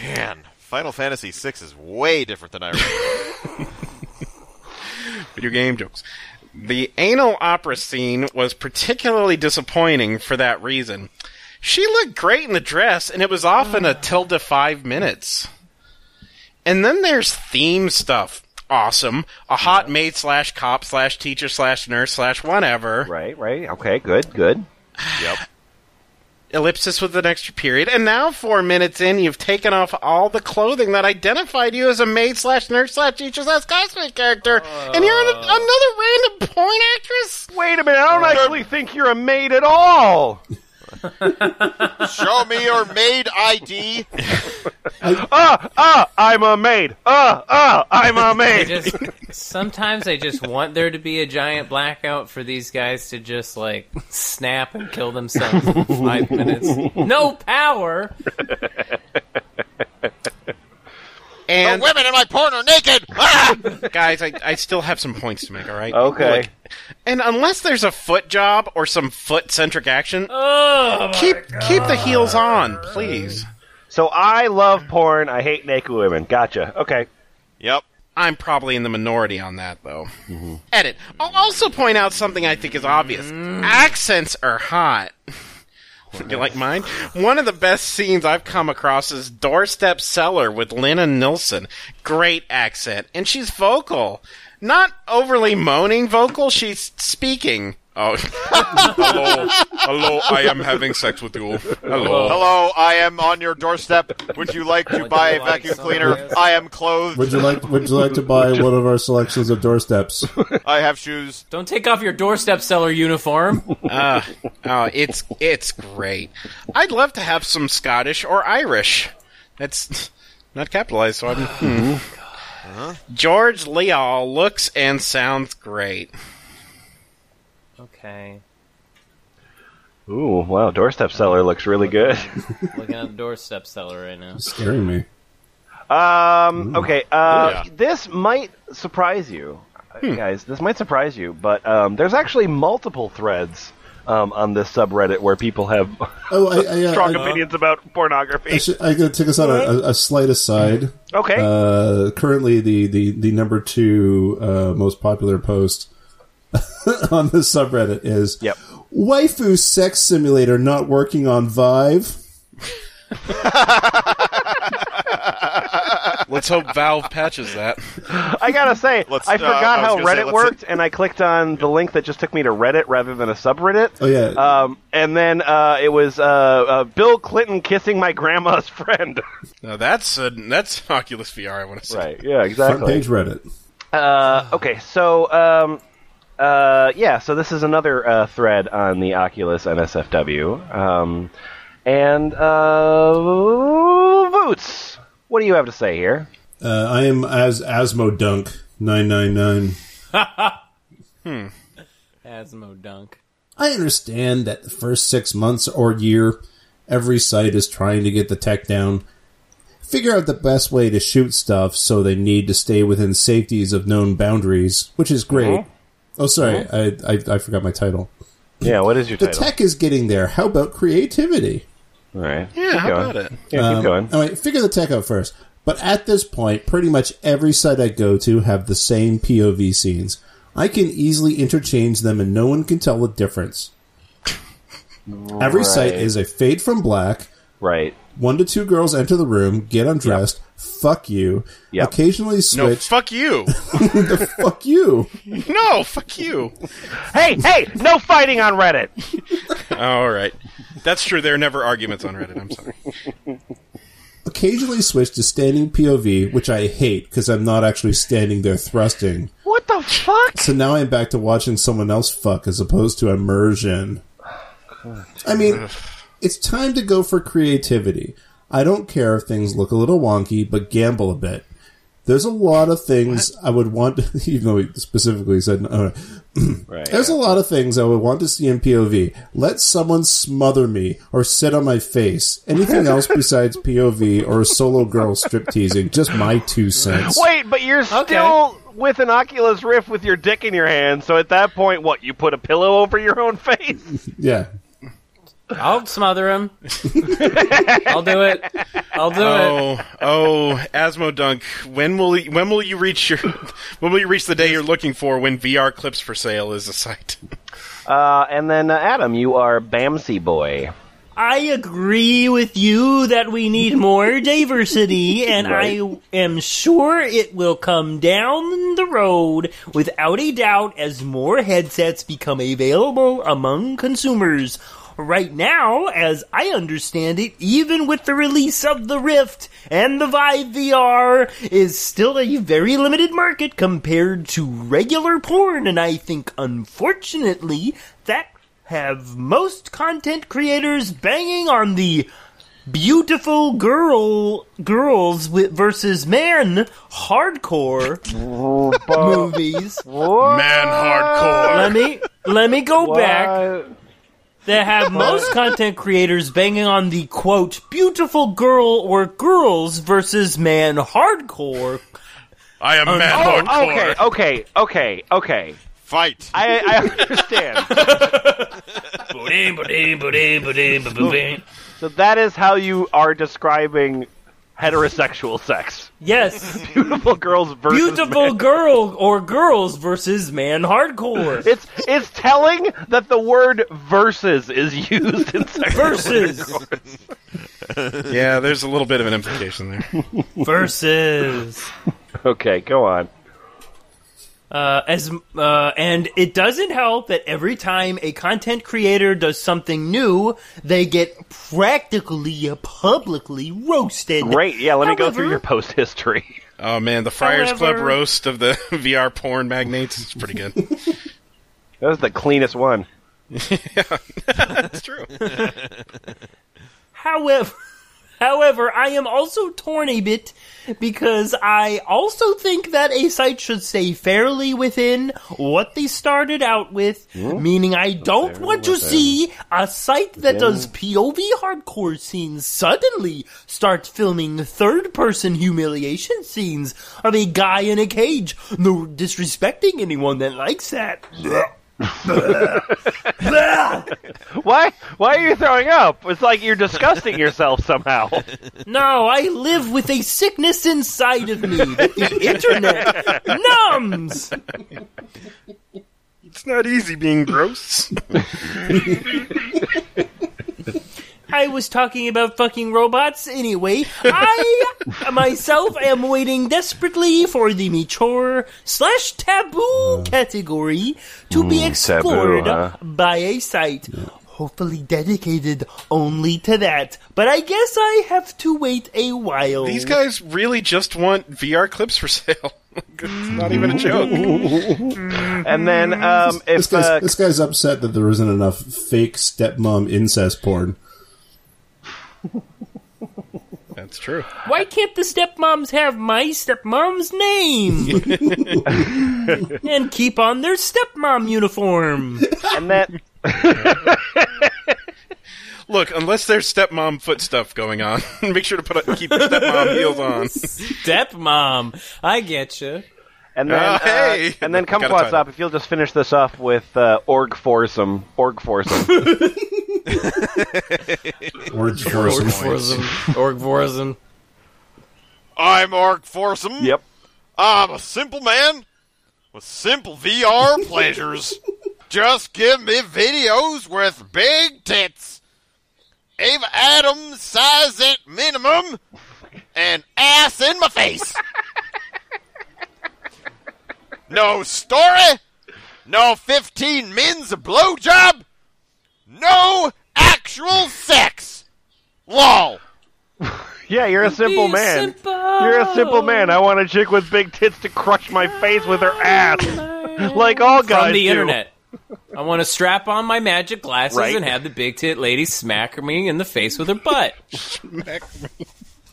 Man, Final Fantasy VI is way different than I remember.
video game jokes. The anal opera scene was particularly disappointing for that reason. She looked great in the dress, and it was off in a tilde five minutes. And then there's theme stuff. Awesome. A hot maid slash cop slash teacher slash nurse slash whatever.
Right, right. Okay, good, good.
Ellipsis with an extra period. And now, four minutes in, you've taken off all the clothing that identified you as a maid slash nurse slash teacher slash cosplay character, and you're an- another random porn actress?
Wait a minute, I don't actually think you're a maid at all.
Show me your maid ID.
Uh, uh, I'm a maid. Uh, uh, I'm a
They
maid.
just sometimes I just want there to be a giant blackout for these guys to just like snap and kill themselves in five minutes. No power.
The
And
women in my porn are naked. Ah!
guys, I, I still have some points to make, all right?
Okay.
Look, and unless there's a foot job or some foot centric action,
Oh,
keep keep the heels on, please.
So I love porn. I hate naked women. Gotcha. Okay.
Yep.
I'm probably in the minority on that, though. Edit. I'll also point out something I think is obvious. Accents are hot. you like mine? One of the best scenes I've come across is Doorstep Seller with Lena Nilsson. Great accent. And she's vocal. Not overly moaning vocal, she's speaking.
Oh. Hello. Hello. I am having sex with you. Hello.
Hello, I am on your doorstep. Would you like to buy a
like
vacuum
some of
cleaner?
this?
I am clothed.
Would you like? Would you like to buy one of our selections of doorsteps?
I have shoes.
Don't take off your doorstep seller uniform.
Oh, it's it's great. I'd love to have some Scottish or Irish. That's not capitalized, so I'm. hmm. George Leal looks and sounds great.
Okay.
Ooh, wow. Doorstep seller looks really good.
Looking up doorstep seller right now.
Scaring me.
Um, okay. Uh,
Ooh.
This might surprise you, uh,
Hmm.
guys. This might surprise you, but um, there's actually multiple threads um, on this subreddit where people have
Oh, I, I, uh,
strong
I,
opinions about
I
pornography.
should, I'm going to take us on a, a, a slight aside.
Okay.
Uh, currently, the, the, the number two uh, most popular post on the subreddit is
Yep.
Waifu Sex Simulator not working on Vive.
Let's hope Valve patches that.
I gotta say,
Let's-
I
uh,
forgot
I was
how
gonna say,
Reddit
let's-
worked, and I clicked on the link that just took me to Reddit rather than a subreddit.
Oh, yeah.
Um, and then uh, it was uh, uh, Bill Clinton kissing my grandma's friend.
Now that's uh, that's Oculus VR. I want to say.
right. Yeah.
Front
Exactly.
page Reddit.
Uh, okay, so um, uh, yeah, so this is another uh, thread on the Oculus NSFW, um, and uh, Boots, what do you have to say here?
Uh, I am as Asmodunk nine nine nine.
Asmo dunk.
I understand that the first six months or year, every site is trying to get the tech down, figure out the best way to shoot stuff, so they need to stay within safeties of known boundaries, which is great. Oh, sorry, I, I I forgot my title.
Yeah, what is your
The
title?
tech is getting there. How about creativity?
All right.
Yeah,
keep
how
going.
about it? Um, uh,
Yeah, keep going.
All right, figure the tech out first. But at this point, pretty much every site I go to have the same POV scenes. I can easily interchange them, and no one can tell the difference. Every site
Right.
is a fade from black.
Right.
One to two girls enter the room, get undressed. Fuck you.
Yep.
Occasionally
No,
switch.
fuck you.
the fuck you.
no, fuck you.
Hey, hey! No fighting on Reddit.
All right. That's true. There are never arguments on Reddit. I'm sorry.
Occasionally switch to standing POV, which I hate because I'm not actually standing there thrusting.
What the fuck?
So now I'm back to watching someone else fuck as opposed to immersion. I mean, it's time to go for creativity. I don't care if things look a little wonky, but gamble a bit. There's a lot of things I would want, even though we specifically said no.
Right.
There's a lot of things I would want to see in POV. Let someone smother me or sit on my face. Anything else besides POV or solo girl strip teasing? Just my two cents.
Wait, but you're still with an Oculus Rift with your dick in your hand. So at that point, what? You put a pillow over your own face?
Yeah.
I'll smother him. I'll do it. I'll do it.
Oh, oh, Asmodunk. When will y- when will you reach your when will you reach the day you're looking for when VR clips for sale is a site?
Uh, and then uh, Adam, you are Bamsey boy.
I agree with you that we need more diversity, and I am sure it will come down the road without a doubt as more headsets become available among consumers. Right now, as I understand it, even with the release of the Rift and the Vive VR is still a very limited market compared to regular porn, and I think unfortunately that have most content creators banging on the beautiful girl girls with, versus men hardcore movies.
Man, hardcore.
Let me let me go back. They have most content creators banging on the quote beautiful girl or girls versus man hardcore.
I am man
Oh,
hardcore.
okay, okay, okay, okay.
Fight.
I, I understand. so that is how you are describing heterosexual sex.
Yes,
Beautiful girls versus
beautiful
men.
girl or girls versus man hardcore.
It's it's telling that the word versus is used in sex.
versus
Yeah, there's a little bit of an implication there.
versus
Okay, go on.
uh, as uh, and it doesn't help that every time a content creator does something new they get practically uh, publicly roasted
Great. Yeah, let me go through
However-
your post history.
Oh man, the Friars Club
However-
roast of the VR porn magnates is pretty good.
That was the cleanest one.
That's true.
However, however, I am also torn a bit because I also think that a site should stay fairly within what they started out with, meaning I don't want to see a site that does POV hardcore scenes suddenly start filming third-person humiliation scenes of a guy in a cage, no disrespecting anyone that likes that.
Why? Why are you throwing up? It's like you're disgusting yourself somehow.
No, I live with a sickness inside of me that the internet numbs.
It's not easy being gross.
I was talking about fucking robots anyway. I myself am waiting desperately for the mature slash taboo category to be explored
huh?
by a site. Hopefully dedicated only to that, but I guess I have to wait a while.
These guys really just want VR clips for sale. it's not even a joke.
And then, um,
This
if
guy's,
uh,
this guy's upset that there isn't enough fake stepmom incest porn.
That's true.
Why can't the stepmoms have my stepmom's name? and keep on their stepmom uniform.
and that
Look, unless there's stepmom foot stuff going on, make sure to put up, keep the stepmom heels on.
Stepmom. I get you.
And then,
Oh,
uh,
hey!
and then,
Got a
Kumquats
title.
up. If you'll just finish this off with uh, org foursome, org foursome.
Words for
Org
some
Vorism. Org Vorism.
I'm Ark Forsum.
Yep.
I'm a simple man with simple VR pleasures. Just give me videos with big tits, Ava Adams size at minimum, and ass in my face. No story, no 15 men's a blowjob, no actual sex. LOL.
Yeah, you're a simple man. You're a simple man. I want a chick with big tits to crush my face with her ass, like all guys
From the
do.
internet. I want to strap on my magic glasses
Right.
and have the big tit lady smack me in the face with her butt.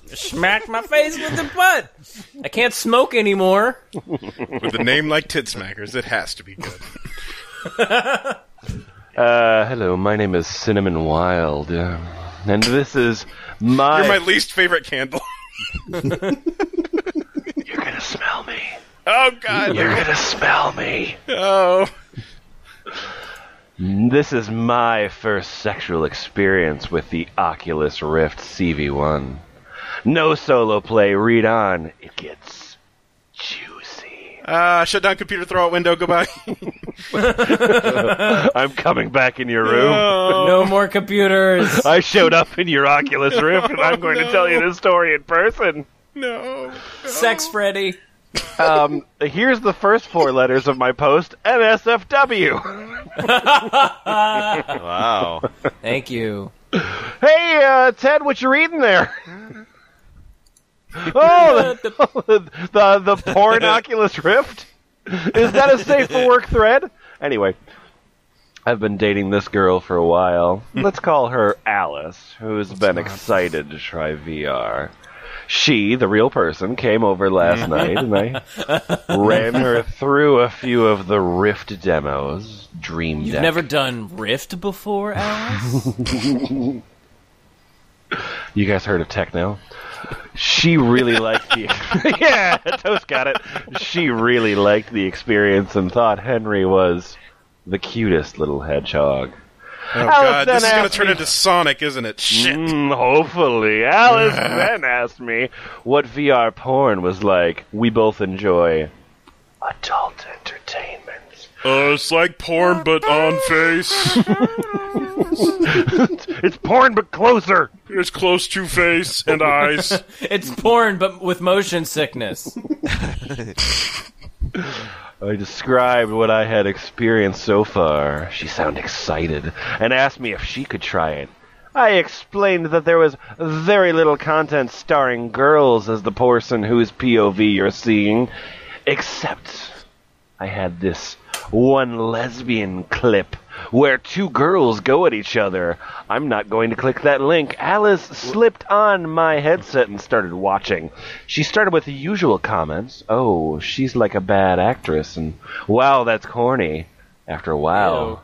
smack my face with her butt. I can't smoke anymore.
With a name like Titsmackers, it has to be good.
Uh, hello, my name is Cinnamon Wild, uh, and this is my.
You're my least favorite candle.
You're gonna smell me.
Oh God!
You're gonna smell me.
Oh,
This is my first sexual experience with the Oculus Rift CV1. No solo play, read on. It gets juicy.
uh, shut down computer, throw out window, goodbye.
I'm coming back in your room.
No more computers.
I showed up in your Oculus Rift, and I'm going to tell you this story in person.
no.
Sex Freddy.
Um, here's the first four letters of my post NSFW.
Wow.
Thank you.
Hey, uh, Ted, what you reading there? oh, the, the, the porn Oculus Rift? Is that a safe for work thread? Anyway, I've been dating this girl for a while. Let's call her Alice, who's been excited to try VR. She, the real person, came over last night and I ran her through a few of the Rift demos. Dream
You've
Deck.
never done Rift before, Alice?
You guys heard of techno? She really liked the yeah, Toast got it. She really liked the experience and thought Henry was the cutest little hedgehog.
Oh
Alice
God!
then
This is gonna
asked
turn
me-
into Sonic, isn't it? Shit!
Mm, hopefully, Alice then asked me what VR porn was like. We both enjoy adult entertainment.
Uh, it's like porn, but on face.
It's porn, but closer.
It's close to face and eyes.
it's porn, but with motion sickness.
I described what I had experienced so far. She sounded excited and asked me if she could try it. I explained that there was very little content starring girls as the person whose POV you're seeing, except I had this one lesbian clip where two girls go at each other. I'm not going to click that link. Alice slipped on my headset and started watching. She started with the usual comments. Oh, she's like a bad actress, and wow, that's corny. After a while,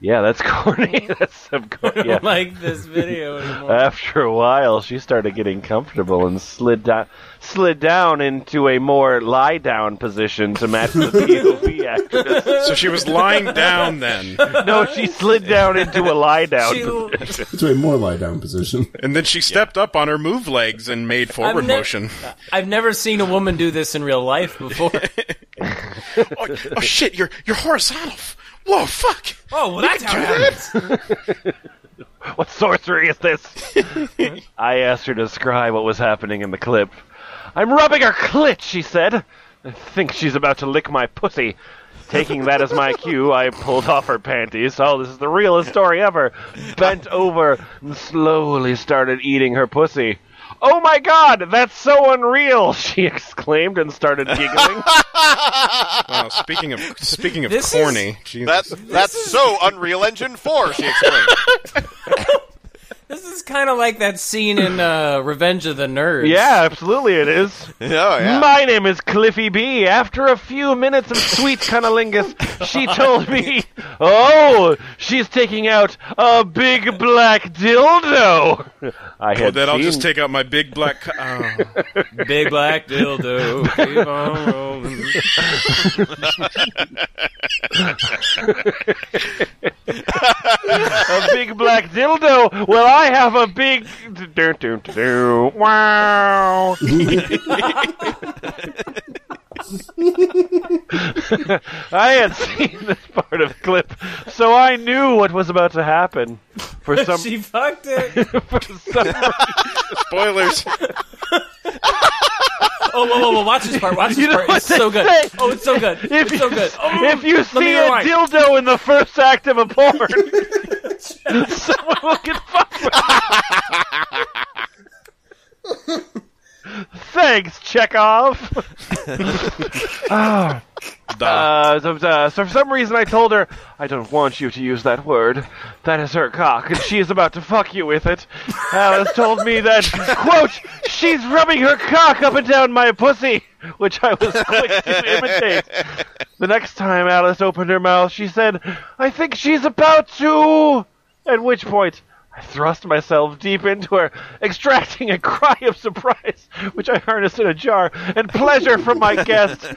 Ew.
yeah, that's corny. that's some corny.
I
Yeah.
don't like this video anymore.
After a while, she started getting comfortable and slid down, slid down into a more lie down position to match the POV actress.
so she was lying down then,
No, she slid down into a lie down.
She-
It's a more lie down position.
and then she stepped up on her move legs and made forward
I've ne-
motion.
I've never seen a woman do this in real life before.
Oh, oh shit! You're you're horizontal. Whoa! Fuck!
Oh, well, that's how it happens.
what sorcery is this? I asked her to describe what was happening in the clip. I'm rubbing her clit, she said. I think she's about to lick my pussy. Taking that as my cue, I pulled off her panties. Oh, this is the realest story ever. Bent over and slowly started eating her pussy. Oh my god, that's so unreal! She exclaimed and started giggling.
Wow, speaking of speaking of
This is-
corny, Jesus.
That's that's so Unreal Engine Four. She explained.
This is kind of like that scene in uh, Revenge of the Nerds.
yeah, absolutely it is.
oh yeah.
My name is Cliffy B. After a few minutes of sweet cunnilingus, she told me, Oh, she's taking out a big black dildo. I
Well,
had
then I'll
seen-
just take out my big black. Co- oh.
Big black dildo. Keep on rolling.
a big black dildo. Well, I have a big. dun, dun, dun, dun. Wow. I had seen this part of the clip, so I knew what was about to happen. For some,
she fucked it.
for some
Spoilers.
Oh, whoa, whoa, whoa! Watch this part. Watch this
You know
part.
what
It's so
they say?
good. Oh, it's so good.
if
it's
you,
so good. Oh,
if you see
me
a
rewind.
dildo in the first act of a porn, someone will get fucked. with. Thanks, Chekhov. Ah.
Duh.
Uh, so, uh, so for some reason, I told her I don't want you to use that word. That is her cock, and she is about to fuck you with it. Alice told me that quote she's rubbing her cock up and down my pussy, which I was quick to imitate. The next time Alice opened her mouth, she said, "I think she's about to." At which point. I thrust myself deep into her, extracting a cry of surprise, which I harnessed in a jar, and pleasure from my guest.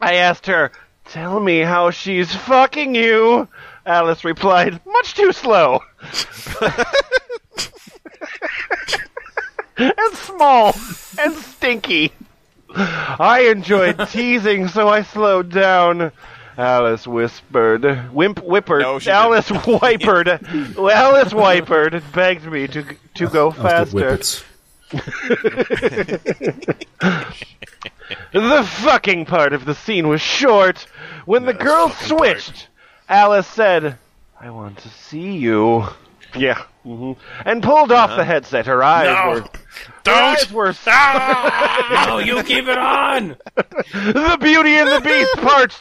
I asked her, Tell me how she's fucking you. Alice replied, Much too slow. and small and stinky. I enjoyed teasing, so I slowed down. Alice whispered, "Wimp whippered."
No, she
Alice wipered. Alice wipered. Begged me to to go
Off the
faster.
whippets.
The fucking part of the scene was short. When the girl switched, Alice said, I want to see you. Yeah. hmm And pulled off the headset. Her eyes were. Her eyes
Don't.
were.
Oh, you keep it on.
the Beauty and the Beast Part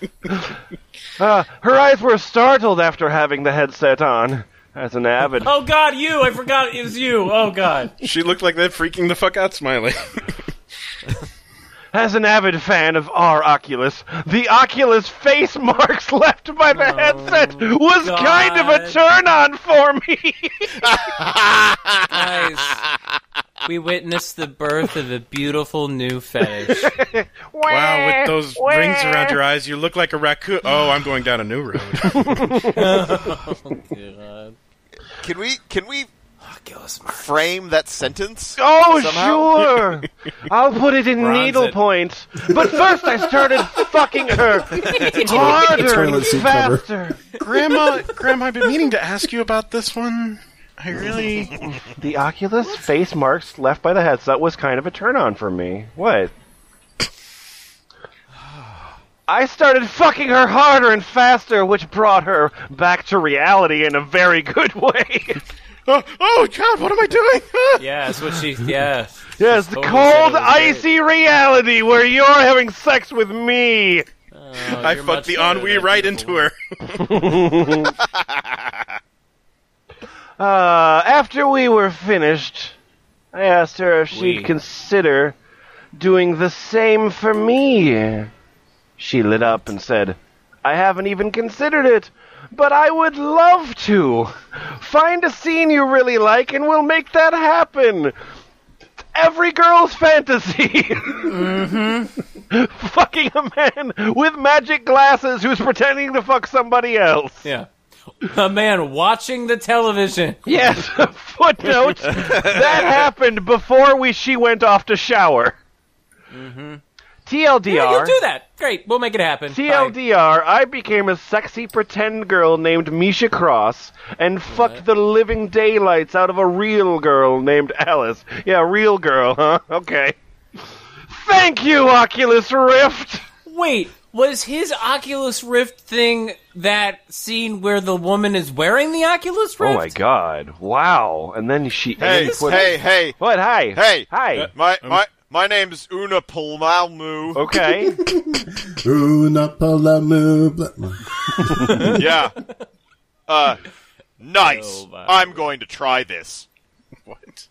2! Uh, her eyes were startled after having the headset on. As an avid.
Oh God, you! I forgot it was you. Oh God.
She looked like that, freaking the fuck out, smiling.
As an avid fan of our Oculus, the Oculus face marks left by the headset was
God.
kind of a turn on for me.
Guys, we witnessed the birth of a beautiful new fetish.
wow, with those rings around your eyes, you look like a raccoon. Oh, I'm going down a new road.
Can we can we frame that sentence?
Oh,
somehow.
sure. I'll put it in
Bronze
needle
it.
points. But first, I started fucking her harder
Toilet
and
seat cover.
faster.
Grandma, Grandma, I've been meaning to ask you about this one. I really.
The Oculus face marks left by the headset was kind of a turn on for me. What? I started fucking her harder and faster, which brought her back to reality in a very good way.
Oh, oh God, what am I doing? Ah.
Yeah, that's what she. Yeah.
yes, the
Totally
cold,
said it was great.
icy reality where you're having sex with me.
I fucked the ennui right into her.
Uh, after we were finished, I asked her if she'd
We.
consider doing the same for me. She lit up and said, I haven't even considered it, but I would love to. Find a scene you really like and we'll make that happen. Every girl's fantasy. Fucking a man with magic glasses who's pretending to fuck somebody else.
Yeah. A man watching the television.
Yes, footnote. that happened before we she went off to shower. TLDR.
Mm-hmm. Yeah, you'll do that. Great. We'll make it happen. Fine.
TLDR, I became a sexy pretend girl named Misha Cross and fucked the living daylights out of a real girl named Alice. Yeah, real girl, huh? Okay. Thank you, Oculus Rift!
Wait, was his Oculus Rift thing that scene where the woman is wearing the Oculus
Oh
Rift?
Oh god, wow. And then she.
Hey, hey, hey,
What? Hi.
Hey. Uh,
Hi.
my my my name's Una Palmalmu.
okay.
Ooh, not Palamu, blah, blah.
Yeah. Uh, nice.
Oh, my
I'm going to try this.
What?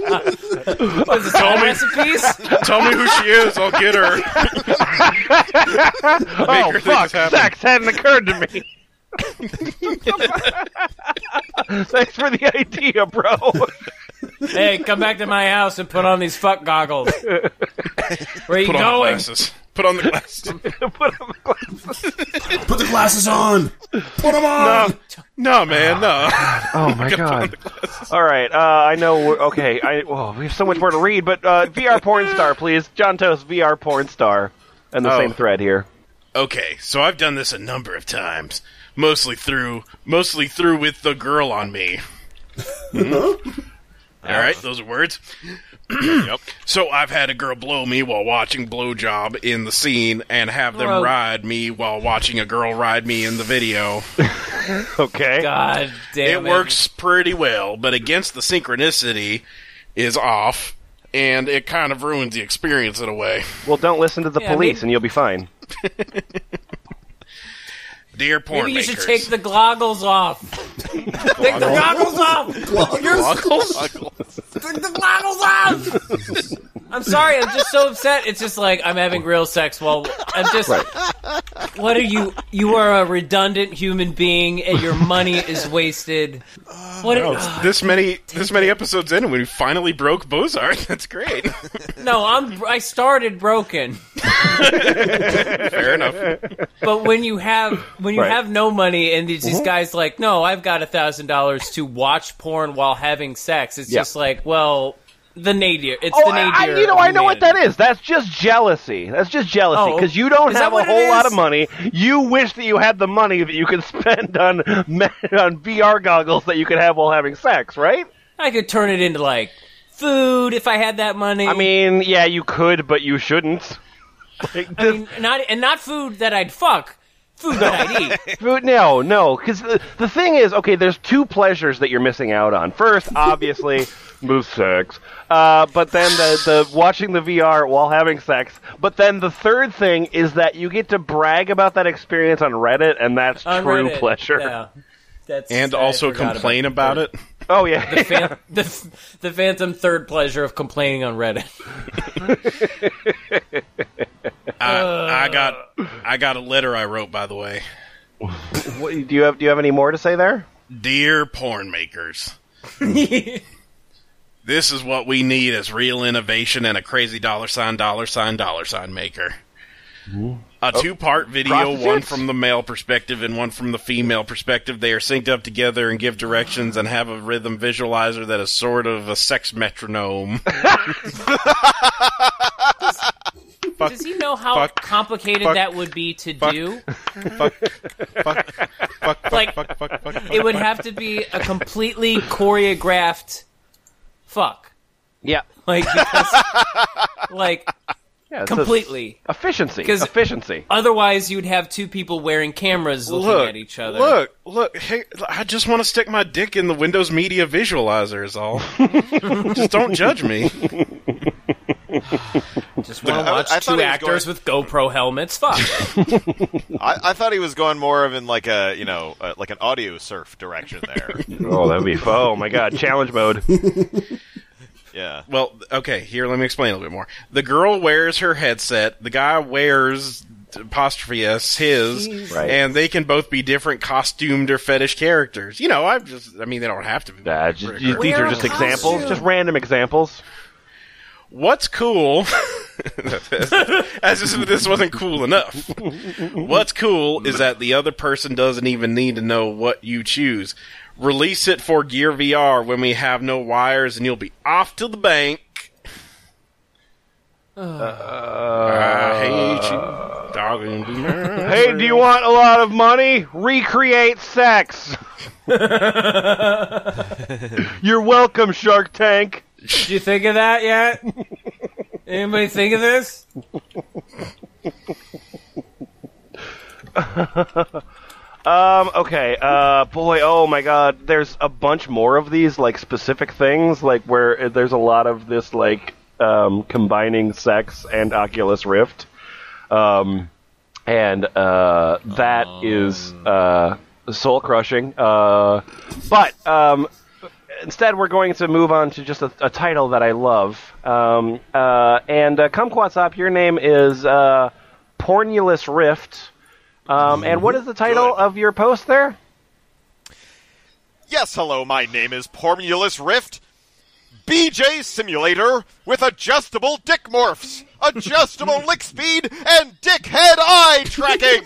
Was it a masterpiece?
Tell me who she is. I'll get her.
Oh
her things
fuck!
happen.
Sex hadn't occurred to me. Thanks for the idea, bro.
hey, come back to my house and put on these fuck goggles. Where you
Put on the
going?
glasses. Put on the glasses.
Put on the glasses.
Put the glasses on. Put them on.
No, man, no.
Oh my god! All right, uh, I know. We're, okay, I well, we have so much more to read, but uh, VR porn star, please, John Toast, VR porn star, and the
Oh.
same thread here.
Okay, so I've done this a number of times, mostly through, mostly through with the girl on me. Mhm. All right, those are words. yep. So I've had a girl blow me while watching blowjob in the scene, and have them
Gross.
ride me while watching a girl ride me in the video.
Okay.
God damn
it works pretty well, but against the synchronicity is off, and it kind of ruins the experience in a way.
Well, don't listen to the
Yeah, I
police,
mean-
and you'll be fine.
Dear porn
Maybe you should
makers.
take the goggles off. take the goggles off. Take the goggles off. I'm sorry. I'm just so upset. It's just like I'm having real sex while I'm just. What are you? You are a redundant human being, and your money is wasted. What?
Oh, it's this many this many episodes in and we finally broke Bozart. That's great.
no, I'm. I started broken.
Fair enough.
But when you have when you
Right. Mm-hmm.
have no money and these, these guys like, no, I've got a thousand dollars to watch porn while having sex. It's
Yeah.
just like, well, the nadir. It's
Oh,
the
I,
nadir.
I- you know,
of
I know what that
humanity.
is. That's just jealousy. That's just jealousy
Oh,
because you don't
is that
have a
what it
whole lot
is?
of money. You wish that you had the money that you could spend on me- on VR goggles that you could have while having sex, right?
I could turn it into like food if I had that money.
I mean, yeah, you could, but you shouldn't. Like,
I mean, not and not food that I'd fuck. Food that I'd eat.
Food? No, no. Because the, the thing is, okay, there's two pleasures that you're missing out on. First, obviously, move sex. Uh, but then the, the watching the VR while having sex. But then the third thing is that you get to brag about that experience on Reddit, and that's
on
true
Reddit.
pleasure.
Yeah. That's,
And
I
also
forgot
complain about it.
Oh yeah.
The, fan- the, the phantom third pleasure of complaining on Reddit.
I got I got a letter I wrote by the way.
What- do you have Do you have any more to say there?
Dear porn makers. This is what we need as real innovation and a crazy dollar sign dollar sign dollar sign maker. A two part video, one
Prostitutes?
from the male perspective and one from the female perspective. They are synced up together and give directions and have a rhythm visualizer that is sort of a sex metronome.
Does he know how
Fuck.
complicated
Fuck.
that would be to do?
fuck, fuck, fuck,
Like-
fuck, fuck, fuck, fuck, fuck.
It would have to be a completely choreographed fuck.
Yeah.
Like because, like
Yeah. it's a-
completely.
efficiency.
'Cause-
Efficiency.
Otherwise you'd have two people wearing cameras looking
look
at each other.
Look, look. Hey, I just want to stick my dick in the Windows Media Visualizer. Is all. just don't judge me.
Just want to
I-
watch
I thought
two
he was
actors
going-
with GoPro helmets. Fuck.
I, I thought he was going more of in like a you know uh, like an audio surf direction there.
Oh, that'd be. Oh my God. Challenge mode.
yeah.
Well, okay. Here, let me explain a little bit more. The girl wears her headset. The guy wears apostrophe s his,
Right.
and they can both be different costumed or fetish characters. You know, I've just. I mean, they don't have to be.
Nah, just, these
Wear
are
a
just examples.
costume.
Just random examples.
what's cool as if this wasn't cool enough what's cool is that the other person doesn't even need to know what you choose release it for gear vr when we have no wires and you'll be off to the bank I hate you, dog and be mine.
Hey, do you want a lot of money? Recreate sex. You're welcome, Shark Tank.
Did you think of that yet? Anybody think of this?
Um, okay, uh, boy, oh my god, there's a bunch more of these, like, specific things, like, where there's a lot of this, like, um, combining sex and Oculus Rift. Um, and, uh, that is uh, soul crushing. Uh, but, um, instead, we're going to move on to just a, a title that I love. Um, uh, and uh, Kumquatsop, your name is uh, Pornulus Rift. Um, and what is the title of your post there?
Yes, hello, my name is Pormulus Rift. BJ Simulator with adjustable dick morphs, adjustable lick speed, and dick head eye tracking!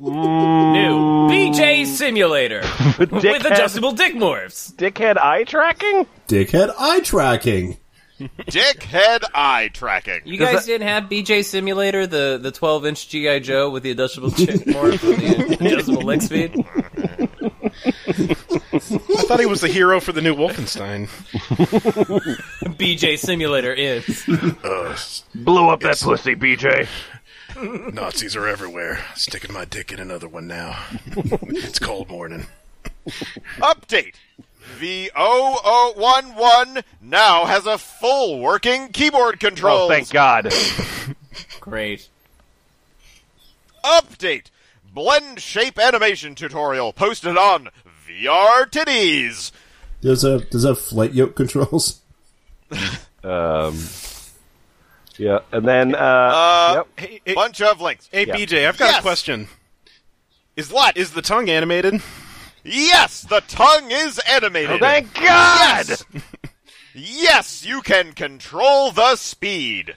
New BJ Simulator with
Dickhead-
adjustable dick morphs.
Dickhead eye tracking?
Dickhead eye tracking.
dick head eye tracking.
You guys didn't have BJ Simulator, the the 12 inch GI Joe with the adjustable chick morph and the adjustable leg speed.
I thought he was the hero for the new Wolfenstein.
BJ Simulator is.
Blow up that pussy, BJ.
Nazis are everywhere. Sticking my dick in another one now. it's cold morning.
Update. The 0011 now has a full working keyboard control.
Oh, thank God.
Great.
Update. Blend shape animation tutorial posted on VR Titties.
Does that does that flight yoke controls?
yeah, and then uh, yep.
Hey, hey,
Bunch of links.
hey, BJ, I've got
Yes.
a question.
Is what?
Is the tongue animated?
Yes, the tongue is animated.
Oh, thank God.
Yes. yes, you can control the speed.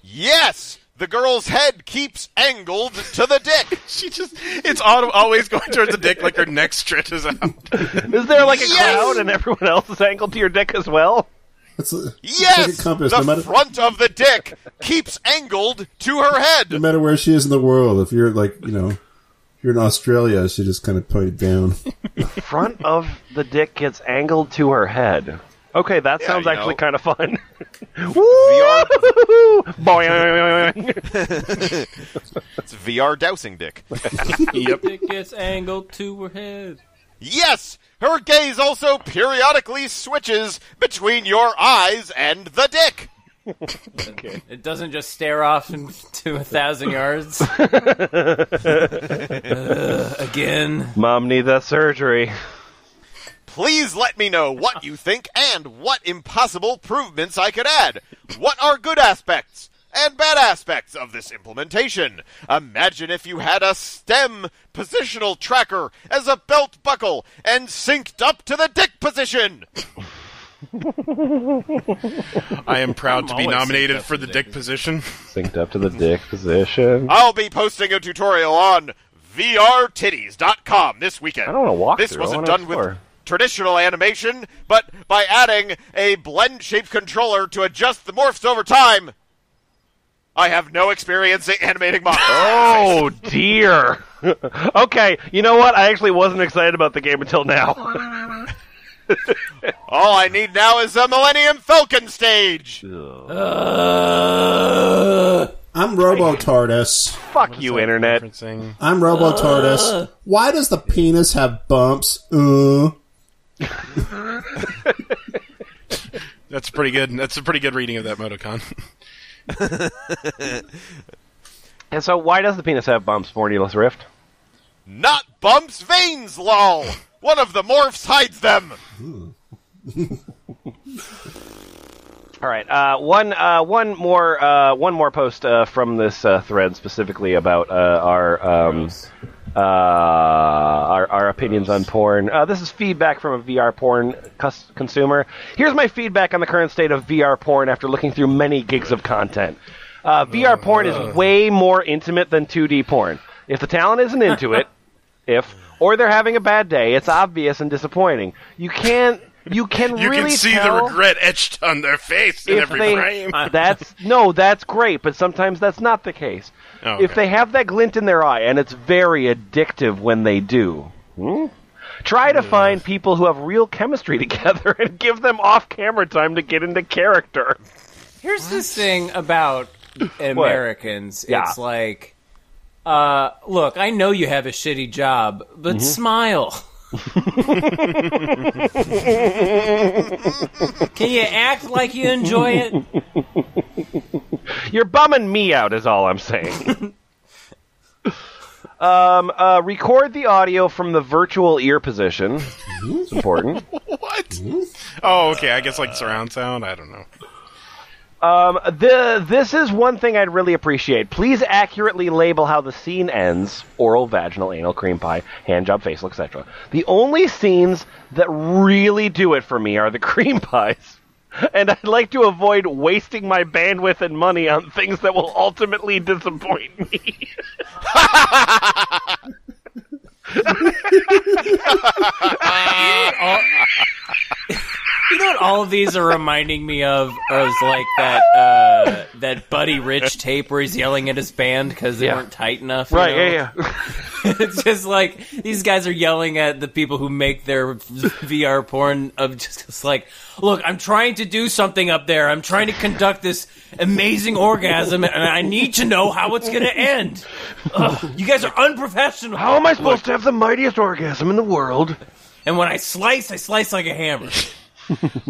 Yes, the girl's head keeps angled to the dick.
She just—it's always going towards the dick, like her neck stretches out.
Is there like a
Yes.
cloud and everyone else is angled to your dick as well?
That's a, it's
Yes,
like a compass.
the
No matter,
front of the dick keeps angled to her
no
head.
matter where she is in the world, if you're like you know, if you're in Australia, she just kind of pointed down.
Front of the dick gets angled to her head. Okay, that sounds
you
actually
know.
kind of fun. Woo! Boing.
It's VR dousing dick.
Dick gets angled to her head.
Yes, her gaze also periodically switches between your eyes and the dick.
It doesn't just stare off into a thousand yards. Ugh, again.
Mom needs that surgery.
Please let me know what you think and what impossible improvements I could add. What are good aspects and bad aspects of this implementation? Imagine if you had a stem positional tracker as a belt buckle and synced up to the dick position.
I am proud to be
always
nominated for the dick position.
Synced up to the dick position.
I'll be posting a tutorial on VRTitties.com this weekend.
I don't wanna walk
This
through, I
wasn't
wanna
done with
explore.
traditional animation, but by adding a blend shape controller to adjust the morphs over time. I have no experience in animating models.
Oh dear. okay, you know what? I actually wasn't excited about the game until now.
All I need now is a Millennium Falcon stage.
I'm Robo Tardis.
Fuck you, internet.
Referencing-
I'm Robo
Uh.
Tardis. Why does the penis have bumps? Uh.
That's pretty good. That's a pretty good reading of that Motocon.
And so, why does the penis have bumps, Mornulus Rift?
Not bumps, veins, lol. One of the morphs hides them.
All right, uh, one uh, one more uh, one more post uh, from this uh, thread specifically about uh, our um, uh, our, our opinions on porn. Uh, this is feedback from a VR porn cus- consumer. Here's my feedback on the current state of VR porn after looking through many gigs of content. Uh, VR porn is way more intimate than 2D porn. If the talent isn't into it, if or they're having a bad day, it's obvious and disappointing. You can't. You can
You
really
can see the
tell-
regret etched on their face in
if
every
they,
frame.
That's no, that's great, but sometimes that's not the case.
Oh,
If
okay.
they have that glint in their eye, and it's very addictive when they do. Hmm? Try to find people who have real chemistry together and give them off-camera time to get into character.
Here's the thing about Americans.
Yeah.
It's like, uh, look, I know you have a shitty job, but
Mm-hmm.
smile. Can you act like you enjoy it?
You're bumming me out, is all I'm saying. um, uh, record the audio from the virtual ear position. It's important.
what? What? Oh, okay. I guess like surround sound. I don't know.
Um, the this is one thing I'd really appreciate. Please accurately label how the scene ends: oral, vaginal, anal, cream pie, hand job, facial, etc. The only scenes that really do it for me are the cream pies, and I'd like to avoid wasting my bandwidth and money on things that will ultimately disappoint me.
You know what all of these are reminding me of is like that uh, that Buddy Rich tape where he's yelling at his band because they
Yeah.
weren't tight enough.
right? Yeah, yeah.
yeah. it's just like these guys are yelling at the people who make their VR porn of just it's like, look, I'm trying to do something up there. I'm trying to conduct this amazing orgasm, and I need to know how it's going to end. Ugh, you guys are unprofessional.
How am I supposed to have the mightiest orgasm in the world?
And when I slice, I slice like a hammer.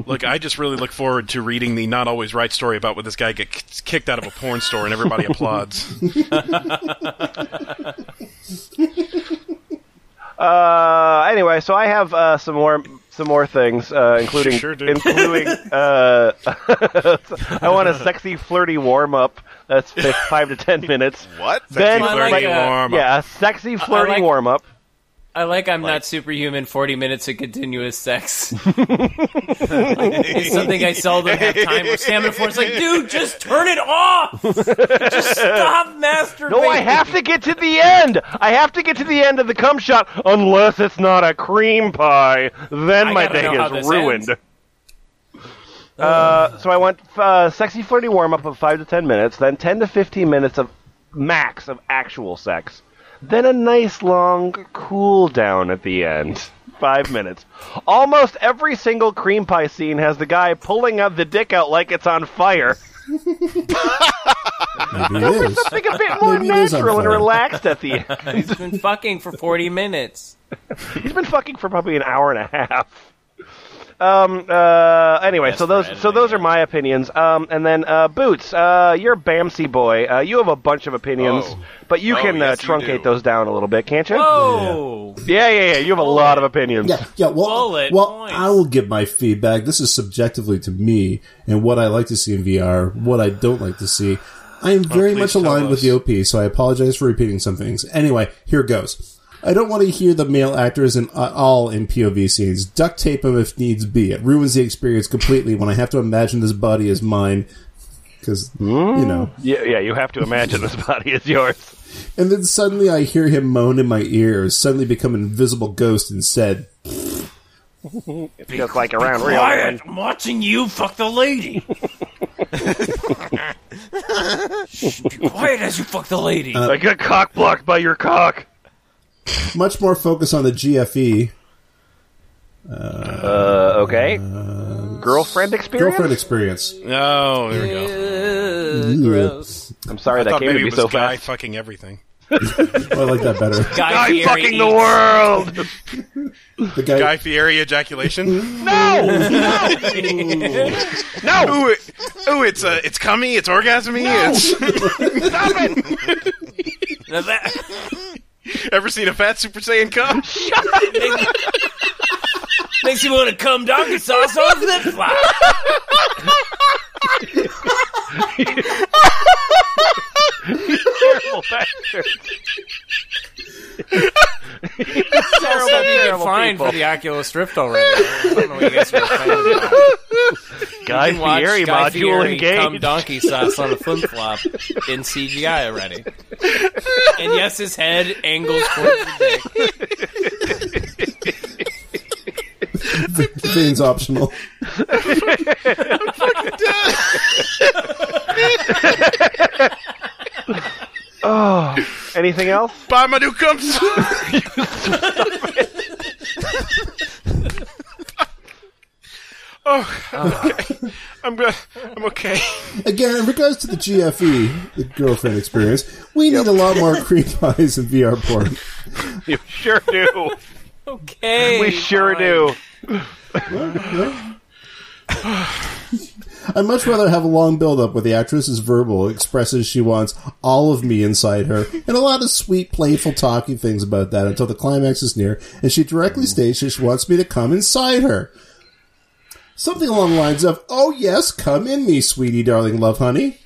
Look, I just really look forward to reading the not always right story about when this guy gets kicked out of a porn store and everybody applauds.
Uh, anyway, so I have uh, some more some more things, uh, including
Sure do.
including uh, I want a sexy flirty warm up. That's fi- five to ten minutes.
What?
Then,
Sexy flirty
warm-up.
Yeah, sexy flirty
like-
warm up.
I like I'm not superhuman. Forty minutes of continuous sex. it's something I seldom have time or stamina for. It's like, dude, just turn it off. Just stop masturbating.
No, I have to get to the end. I have to get to the end of the cum shot, unless it's not a cream pie. Then
I
my
gotta know
day
how
is
this
ruined.
ends.
Uh, so I want uh, sexy flirty warm up of five to ten minutes, then ten to fifteen minutes of max of actual sex, then a nice long cool down at the end. Five minutes. Almost every single cream pie scene has the guy pulling out the dick out like it's on fire.
Maybe it is.
Something a bit more
Maybe it is on
natural and
fire.
relaxed at the end.
He's been fucking for forty minutes.
He's been fucking for probably an hour and a half. Um. Uh. Anyway, so those so those are my opinions. Um. And then uh, Boots, uh, you're Bamsy boy. Uh, you have a bunch of opinions,
Oh.
but you
Oh,
can
yes,
uh,
you
truncate
do.
those down a little bit, can't you?
Whoa!
Yeah, yeah, yeah. You have a lot of opinions.
Yeah, yeah. Well,
Bullet
well,
points.
I will give my feedback. This is subjectively to me and what I like to see in VR, what I don't like to see. I am very
please
much
tell
aligned
us.
with the OP, so I apologize for repeating some things. Anyway, here goes. I don't want to hear the male actors in uh, all in POV scenes. Duct tape them if needs be. It ruins the experience completely when I have to imagine this body is mine. Because you know,
Yeah, yeah. You have to imagine this body is yours.
and then suddenly I hear him moan in my ear, suddenly become an invisible ghost instead.
It's just like around real.
Quiet! I'm watching you fuck the lady. Shh, be quiet as you fuck the lady.
I got cock blocked by your cock.
Much more focus on the E, GFE
Uh. Okay. Girlfriend experience.
girlfriend experience.
Oh, there we go.
Uh,
Ugh, gross.
I'm sorry
I
that
thought
came to
maybe
me
it was
so
guy
fast.
fucking everything.
Oh, I like that better.
Guy
Guy
Fieri
fucking the
eats-
world.
The guy,
Guy Fieri ejaculation.
No.
ooh, it, ooh, it's uh, it's cummy, it's orgasmy. It's
Stop it.
Now that-
ever seen a fat Super Saiyan cum?
Makes you want to come donkey sauce on flip flop.
terrible bastard.
Terrible,
terrible
fine
people.
for the Oculus Rift already. I don't know what you guys were complaining about.
Guy
You can watch
Fieri
Guy
module
Fieri Come
engaged.
donkey sauce on a flip flop in CGI already. And yes, his head angles towards the dick.
veins optional.
Anything else?
Buy my new cum. oh,
Uh.
I'm okay. I'm, go- I'm okay.
Again, in regards to the GFE, the girlfriend experience, we need a lot more cream pies and VR porn.
You sure do.
Okay.
We sure
fine.
do.
I'd much rather have a long build-up where the actress is verbal, expresses she wants all of me inside her, and a lot of sweet, playful, talking things about that until the climax is near, and she directly states that she wants me to come inside her. Something along the lines of, "Oh yes, come in me, sweetie, darling, love, honey."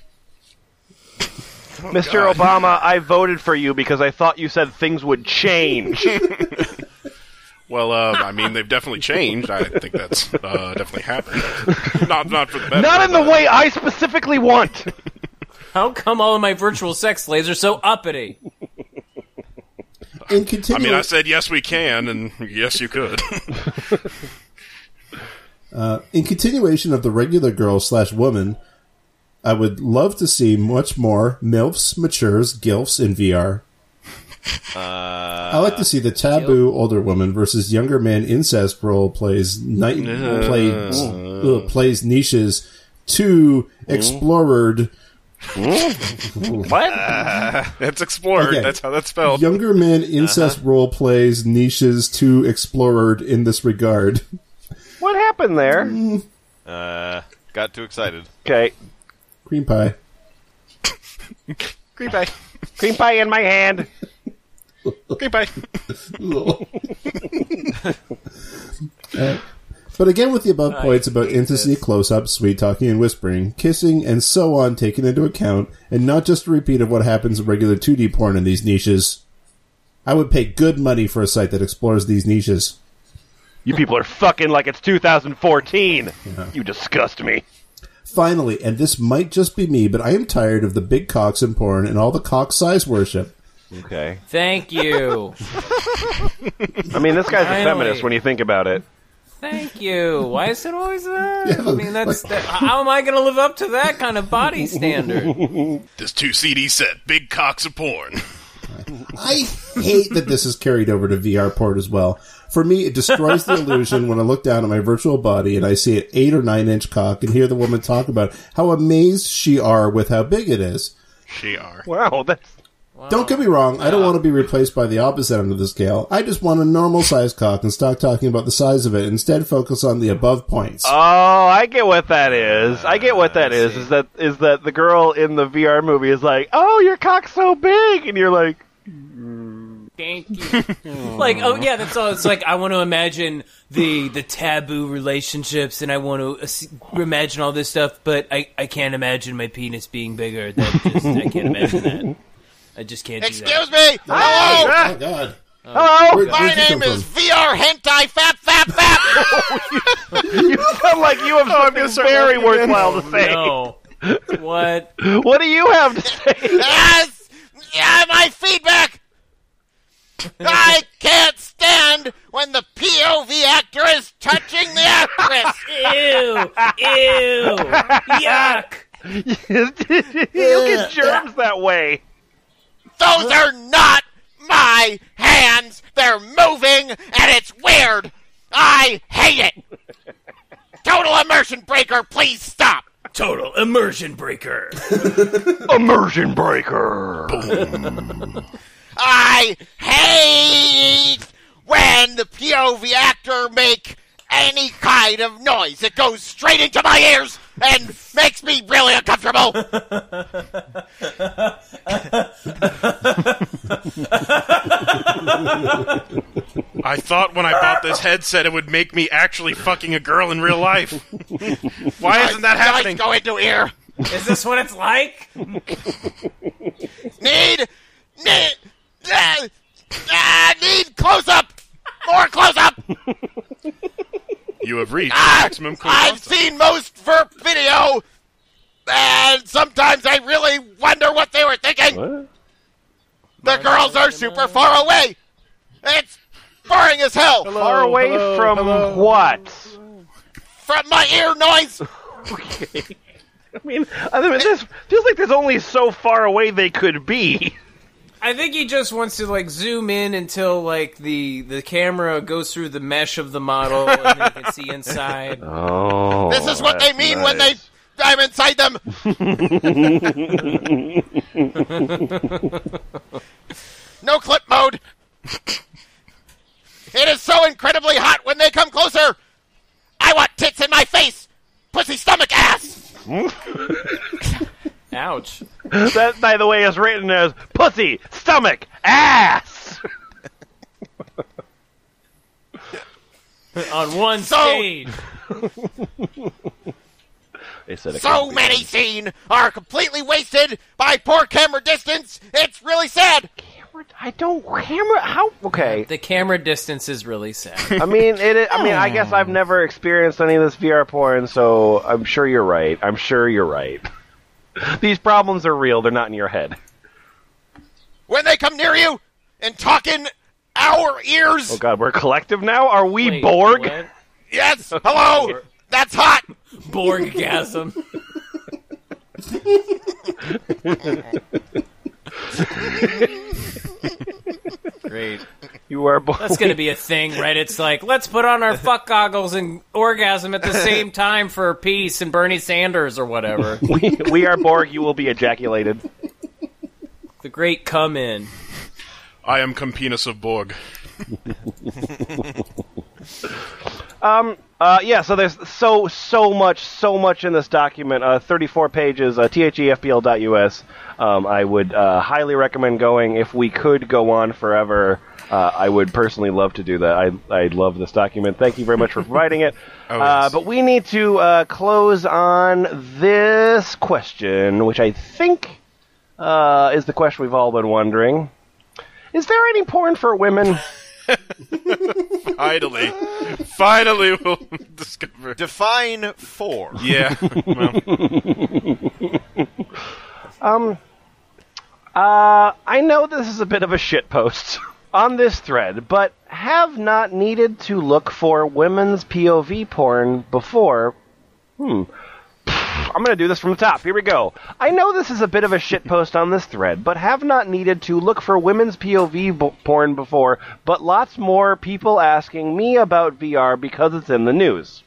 Oh,
Mr. Obama, I voted for you because I thought you said things would change.
Well, uh, I mean, they've definitely changed. I think that's uh, definitely happened. Not, not for the better.
Not in the way I specifically want.
How come all of my virtual sex slaves are so uppity?
And
I mean,
continuing,
I said yes, we can, and yes, you could.
in continuation of the regular girl slash woman, I would love to see much more milfs, matures, gilfs in VR. I like to see the taboo older woman versus younger man incest role plays night plays, ugh, plays niches to explored
that's explored.
Okay.
That's how that's spelled.
younger man incest role plays niches to explored in this regard.
What happened there?
Uh, got too excited.
Okay.
Cream pie.
Green Bay.
Cream pie in my hand.
Green Bay.
Uh, but again, with the above points about intimacy, close up, sweet talking, and whispering, kissing, and so on taken into account, and not just a repeat of what happens in regular 2D porn in these niches, I would pay good money for a site that explores these niches.
You people are fucking like it's 2014. You disgust me.
Finally, and this might just be me, but I am tired of the big cocks in porn and all the cock size worship.
Okay.
Thank you.
I mean, this guy's a
Finally.
feminist when you think about it.
Thank you. Why is it always that? I mean, that's that, how am I going to live up to that kind of body standard?
This two CD set, Big Cocks of Porn.
I hate that this is carried over to VR port as well. For me, it destroys the illusion when I look down at my virtual body and I see an eight or nine inch cock and hear the woman talk about how amazed she are with how big it is.
She are.
Wow, that's
Don't get me wrong, I don't want to be replaced by the opposite end of the scale. I just want a normal sized cock and stop talking about the size of it. Instead, focus on the above points.
Oh, I get what that is. I get what that is. Is that is that the girl in the VR movie is like, "Oh, your cock's so big," and you're like,
Thank you. Like, oh yeah, that's all. It's like I want to imagine the the taboo relationships, and I want to uh, s- imagine all this stuff, but I I can't imagine my penis being bigger. That just, I can't imagine that. I just can't. do that.
Excuse me. Hello.
Oh, God.
"Hello,
Where'd-
My
where'd you come
name is
from? Oh,
VR Hentai Fap Fap Fap.
you sound like you have something very worthwhile to say.
No. What?
What do you have to say?"
yes. Yeah, my feedback. I can't stand when the POV actor is touching the actress.
Ew! Ew! Yuck!
you get germs that way.
Those are not my hands. They're moving and it's weird. I hate it. Total immersion breaker, please stop.
Total immersion breaker.
Immersion breaker.
I hate when the POV actor make any kind of noise. It goes straight into my ears and makes me really uncomfortable.
I thought when I bought this headset it would make me actually fucking a girl in real life. Why isn't that
Noise
happening?
go into ear.
Is this what it's like?
Need, need, ah, ah, need close up. More close up.
You have reached
Ah,
maximum
I've
close.
seen most verp video, and sometimes I really wonder what they were thinking. The girls are super far away. It's boring as hell
Far away from what?
from my ear noise.
I mean, I mean, this feels like there's only so far away they could be.
I think he just wants to like zoom in until like the the camera goes through the mesh of the model and then you can see inside.
Oh,
This is what they mean when they. I'm inside them. no clip mode. It is so incredibly hot when they come closer. I want tits in my face, pussy stomach ass.
Ouch.
That, by the way, is written as pussy, stomach, ass.
on one
So-
stage.
They said it
So
can't be
many scene are completely wasted by poor camera distance. It's really sad.
done. I don't hammer. How okay?
The camera distance is really sad.
I mean, it. is- I mean, I guess I've never experienced any of this VR porn, so I'm sure you're right. I'm sure you're right. These problems are real. They're not in your head.
When they come near you and talk in our ears.
Oh God, we're collective now. Are we
Wait,
Borg?
what?
Yes. Hello. That's hot.
Borgasm. Great.
You are Borg.
That's gonna be a thing, right? It's like let's put on our fuck goggles and orgasm at the same time for peace and Bernie Sanders or whatever.
we, we are Borg. You will be ejaculated.
The great come in.
I am Compenis of Borg.
Uh, yeah, so there's so so much so much in this document. Uh, 34 pages. Uh, thefbl.us. Um, I would uh, highly recommend going. If we could go on forever, uh, I would personally love to do that. I I love this document. Thank you very much for providing it. uh, but we need to uh, close on this question, which I think uh, is the question we've all been wondering. Is there any porn for women?
Finally. Finally, we'll discover.
Define four.
Yeah. Well,
I know this is a bit of a shit post on this thread, but have not needed to look for women's POV porn before. Hmm. I'm going to do this from the top. Here we go. I know this is a bit of a shit post on this thread, but have not needed to look for women's POV b- porn before, but lots more people asking me about VR because it's in the news.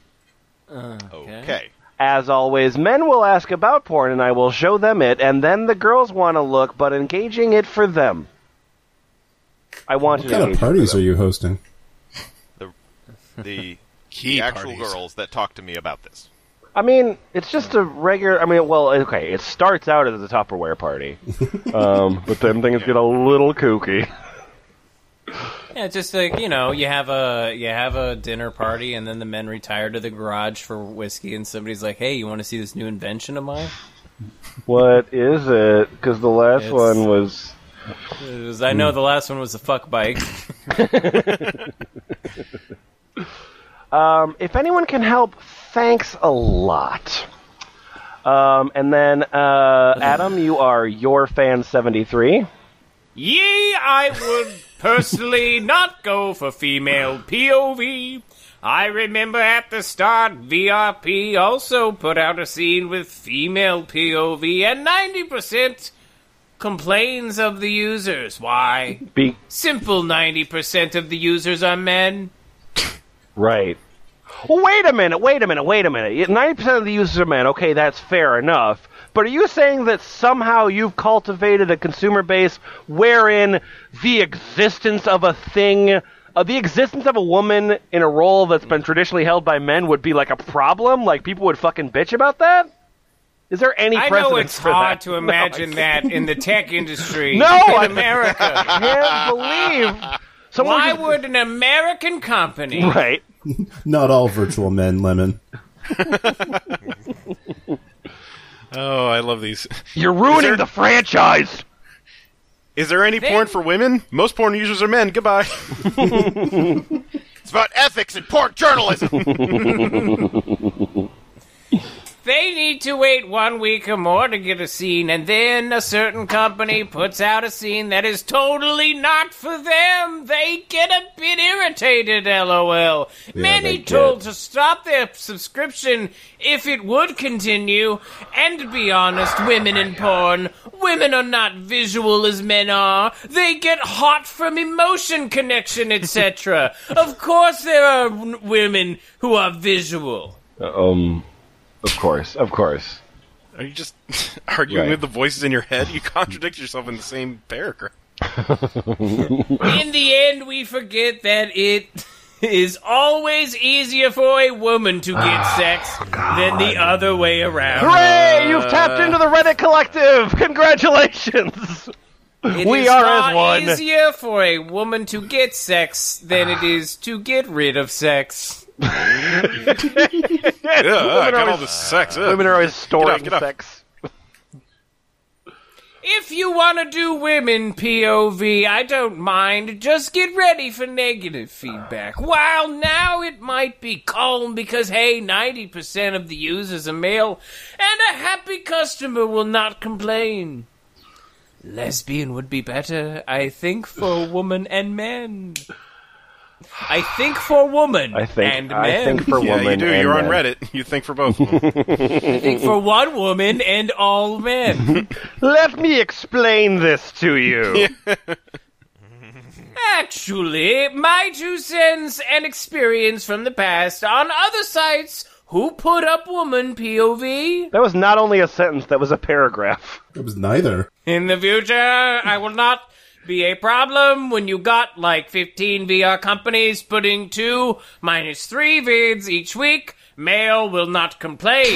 Okay.
As always, men will ask about porn and I will show them it, and then the girls want to look, but engaging it for them. I want
What
to
kind
engage
of parties are you hosting?
The,
key
the actual
parties.
girls that talk to me about this.
I mean, it's just a regular. I mean, well, okay, it starts out as a Tupperware party, um, but then things get a little kooky.
Yeah, just like you know, you have a you have a dinner party, and then the men retire to the garage for whiskey, and somebody's like, "Hey, you want to see this new invention of mine?"
What is it? Because the last
It's-
one was.
It was- I know the last one was a fuck bike.
Um, if anyone can help, thanks a lot. Um, and then, uh, Adam, you are your fan 73.
Ye, I would personally not go for female POV. I remember at the start, VRP also put out a scene with female POV, and 90% complains of the users. Why?
Be
Simple 90% of the users are men.
Right. Well, wait a minute, wait a minute, wait a minute. Ninety percent of the users are men. Okay, that's fair enough. But are you saying that somehow you've cultivated a consumer base wherein the existence of a thing, uh, the existence of a woman in a role that's been traditionally held by men, would be like a problem? Like people would fucking bitch about that? Is there any?
I know
precedent
it's
for
hard
that?
to imagine that in the tech industry
No, I-
in America.
I can't believe someone
Why
just-
would an American company
right.
Not all virtual men, Lemon.
Oh, I love these.
You're ruining the franchise.
Is there any porn for women? Most porn users are men. Goodbye.
It's about ethics and pork journalism.
They need to wait one week or more to get a scene, and then a certain company puts out a scene that is totally not for them. They get a bit irritated, lol.
they
Many
get.
told to stop their subscription if it would continue, and to be honest, women in porn, women are not visual as men are. They get hot from emotion connection, etc. of course, there are w- women who are visual.
Um, of course, of course.
Are you just arguing
Right.
with the voices in your head? You contradict yourself in the same paragraph.
In the end, we forget that it is always easier for a woman to get
Ah,
sex than the other way around.
Hooray! You've tapped into the Reddit collective. Congratulations.
It
We
is
are
far
as one.
easier for a woman to get sex than it is to get rid of sex.
Yeah, I got
always-
all this sex. ugh.
Women are always storing
get up.
sex.
If you want to do women POV, I don't mind. Just get ready for negative feedback. While now it might be calm because, hey, 90% of the users are male, and a happy customer will not complain. Lesbian would be better, I think, for woman and men. I think for woman
I think.
and men.
I think for
yeah,
women.
you do.
and uh,
You're on
men.
Reddit. You think for both. of them.
think for one woman and all men.
Let me explain this to you.
Actually, my two cents and experience from the past on other sites who put up woman POV.
That was not only a sentence. That was a paragraph.
It was neither.
In the future, I will not be a problem when you got like 15 VR companies putting two minus three vids each week. Male will not complain.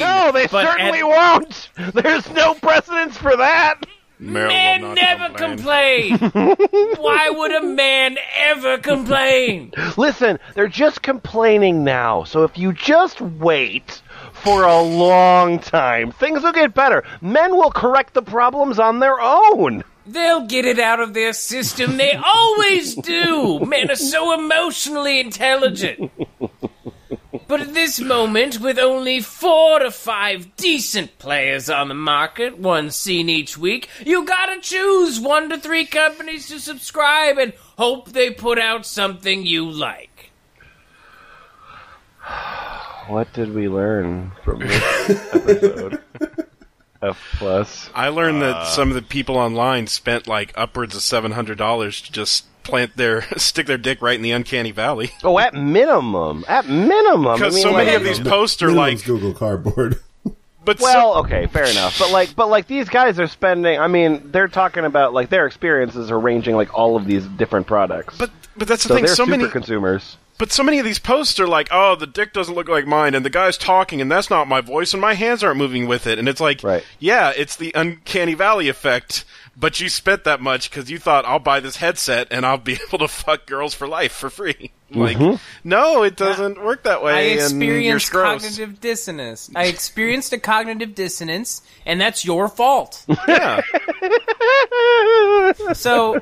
No, they
but
certainly
at-
won't. There's no precedence for that.
Meryl will
Men
not
never complain. Why would a man ever complain?
Listen, they're just complaining now. So if you just wait for a long time, things will get better. Men will correct the problems on their own.
They'll get it out of their system. They always do. Men are so emotionally intelligent. But at this moment, with only four to five decent players on the market, one seen each week, you gotta choose one to three companies to subscribe and hope they put out something you like.
What did we learn from this episode? F plus.
I learned
Uh,
that some of the people online spent like upwards of seven hundred dollars to just plant their stick their dick right in the uncanny valley
Oh, at minimum, at minimum.
because
I mean,
so many
like-
of these posts are
Neither
like,
one's Google Cardboard.
but so-
Well, okay, fair enough. But like, but like these guys are spending. I mean, they're talking about like their experiences are ranging like all of these different products.
but but that's the
so
thing.
they're
So
super
many
consumers.
But so many of these posts are like, oh, the dick doesn't look like mine, and the guy's talking, and that's not my voice, and my hands aren't moving with it. And it's like,
Right.
yeah, it's the uncanny valley effect, but you spent that much because you thought, I'll buy this headset and I'll be able to fuck girls for life for free. Like,
Mm-hmm.
no, it doesn't work that way.
I
and you're
experienced
gross.
cognitive dissonance. I experienced a cognitive dissonance, and that's your fault.
Yeah.
So,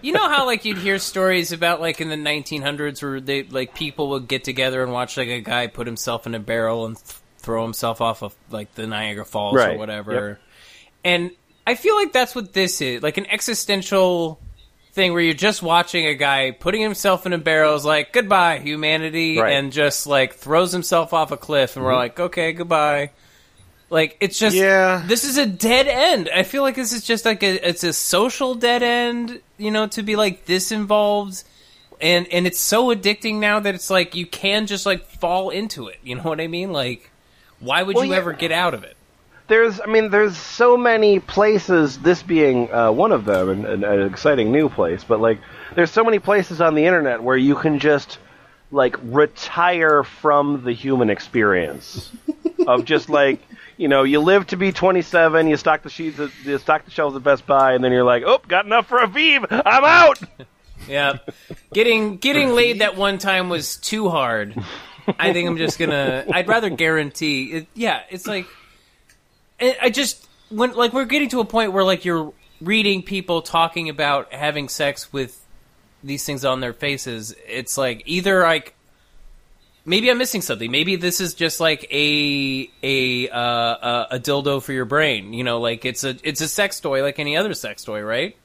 you know how like you'd hear stories about like in the 1900s where they like people would get together and watch like a guy put himself in a barrel and th- throw himself off of like the Niagara Falls or
Right.
whatever. And I feel like that's what this is, like an existential thing where you're just watching a guy putting himself in a barrel is like goodbye humanity
Right. Mm-hmm.
and just like throws himself off a cliff and we're like okay goodbye like it's just
Yeah.
This is a dead end. I feel like this is just like a it's a social dead end. You know, to be like this involved, and and it's so addicting now that it's like you can just like fall into it. You know what I mean? Like, why would
Well,
you
yeah.
ever get out of it?
there's, I mean, there's so many places. This being uh, one of them, and, and an exciting new place. But like, there's so many places on the internet where you can just like retire from the human experience of just like you know you live to be 27 you stock the sheets at, you stock the shelves at best buy and then you're like oh got enough for a vive i'm out
Yeah, getting getting laid that one time was too hard. I think I'm just gonna. I'd rather guarantee. It, yeah, it's like I I just when like we're getting to a point where like you're reading people talking about having sex with these things on their faces. It's like either like maybe I'm missing something. Maybe this is just like a a uh, a, a dildo for your brain. You know, like it's a it's a sex toy like any other sex toy, right?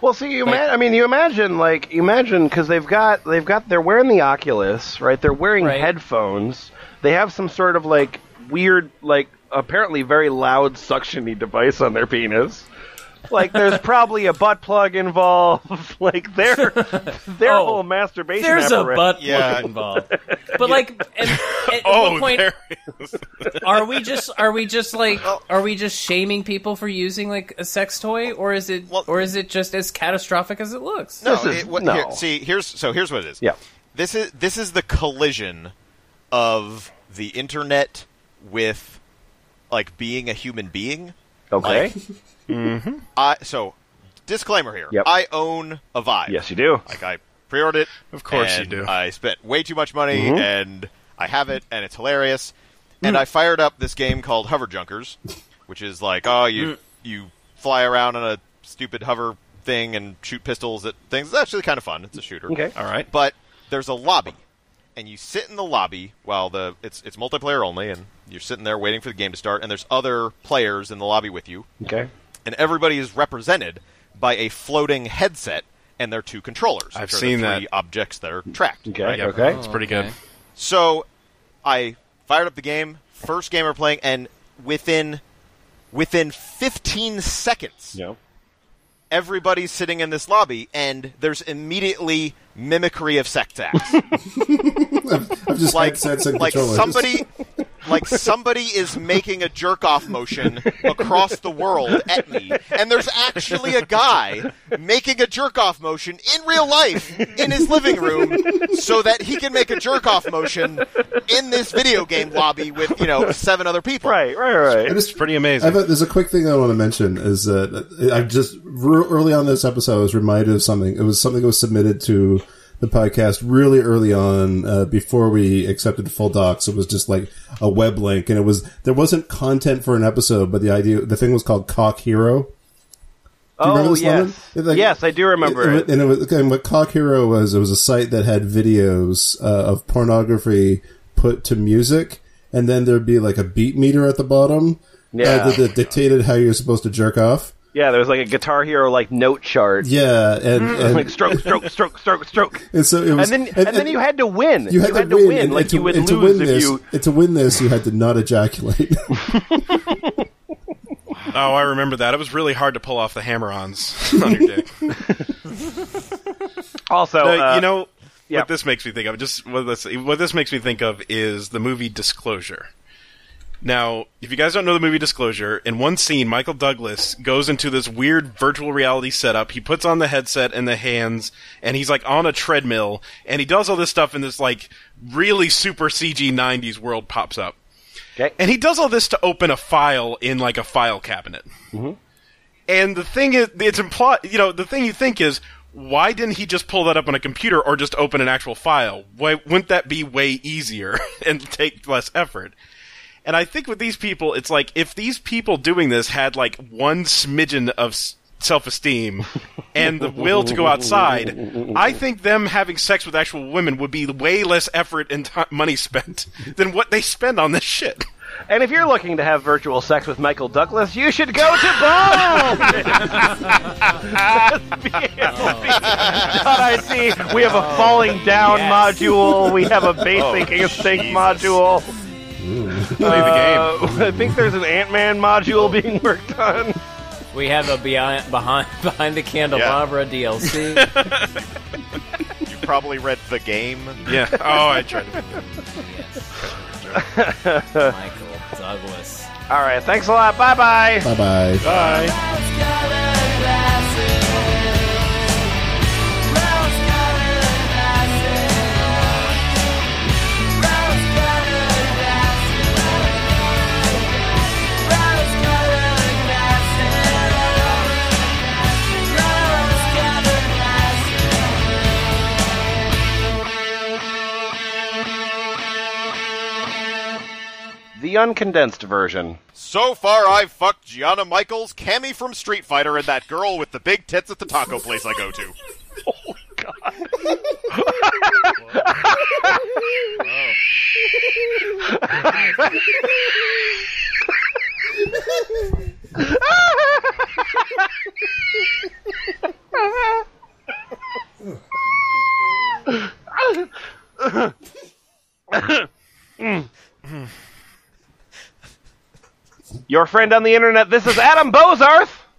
Well, see, you. Ima- I mean, you imagine like imagine because they've got they've got they're wearing the Oculus, right? They're wearing
Right.
headphones. They have some sort of like weird, like apparently very loud suctiony device on their penis. Like there's probably a butt plug involved. like their their
Oh,
whole masturbation.
There's a
apparatus-
butt plug
Yeah.
involved. But like, at, at
oh,
what point
there.
are we just are we just like are we just shaming people for using like a sex toy, or is it
Well-
or is it just as catastrophic as it looks?
No,
This is-
it, what,
no.
Here, see, here's so here's what it is.
Yeah.
This is this is the collision of the internet with like being a human being.
Okay.
I so disclaimer here.
Yep.
I own a Vive.
Yes, you do.
Like I pre-ordered it.
Of course you
and
do.
I spent way too much money, and I have it, and it's hilarious.
Mm.
And I fired up this game called Hover Junkers, which is like, oh,
Mm.
you you fly around on a stupid hover thing and shoot pistols at things. It's actually kind of fun. It's a shooter.
Okay.
All right.
But there's a lobby, and you sit in the lobby while the it's it's multiplayer only, and you're sitting there waiting for the game to start. And there's other players in the lobby with you,
Okay.
and everybody is represented by a floating headset and their two controllers.
I've
which are
seen
the three
that.
objects that are tracked.
Okay.
right?
Okay.
It's pretty
Oh,
good.
So I fired up the game, first game we're playing, and within within 15 seconds,
Yeah.
everybody's sitting in this lobby, and there's immediately mimicry of sex acts.
I've just
like
headsets and
like
controllers.
somebody like somebody is making a jerk off motion across the world at me and there's actually a guy making a jerk off motion in real life in his living room so that he can make a jerk off motion in this video game lobby with you know seven other people
Right. Right. Right.
It's pretty amazing.
I have a, there's a quick thing I want to mention is that I just re- early on this episode I was reminded of something. It was something that was submitted to the podcast really early on uh, before we accepted full docs. It was just like a web link, and it was there wasn't content for an episode, but the idea the thing was called Cock Hero. Do you
oh
remember this, Lemon?
yes.
It, like-
yes, I do remember
it-
it.
it- And it was and what Cock Hero was. It was a site that had videos uh, of pornography put to music, and then there'd be like a beat meter at the bottom uh,
Yeah.
that, that dictated how you're supposed to jerk off.
Yeah, there was like a Guitar Hero like note chart.
Yeah, and and,
Mm. Like stroke, stroke, stroke, stroke, stroke.
and so it was,
And then and, then you had to win.
you had, to, win, and-
Like
and to,
you would
and
lose
to win
if
this,
you
and to win this, you had to not ejaculate.
Oh, I remember that. It was really hard to pull off the hammer-ons on your dick.
also uh,
Uh, you know
yeah.
what this makes me think of? Just what this, what this makes me think of is the movie Disclosure. Now, if you guys don't know the movie Disclosure, in one scene, Michael Douglas goes into this weird virtual reality setup. He puts on the headset and the hands, and he's like on a treadmill, and he does all this stuff, and this like really super CG 90s world pops up.
Okay.
And he does all this to open a file in like a file cabinet. And the thing is, it's implied. You know, the thing you think is, why didn't he just pull that up on a computer or just open an actual file? Why wouldn't that be way easier and take less effort? And I think with these people, it's like if these people doing this had like one smidgen of self esteem and the will to go outside, I think them having sex with actual women would be way less effort and ti money spent than what they spend on this shit.
and if you're looking to have virtual sex with Michael Douglas, you should go to Bond. I see. We have
Oh,
a falling down module. We have a basic instinct module. Uh, I think there's an Ant Man module being worked on.
We have a behind behind behind the candelabra DLC.
you probably read the game
Yeah. Oh, I tried. To-
Michael Douglas.
All right. Thanks a lot. Bye bye.
bye bye.
The uncondensed version.
so far i've fucked gianna michaels cammy from street fighter and that girl with the big tits at the taco place i go to
Your friend on the internet. This is Adam Bozarth.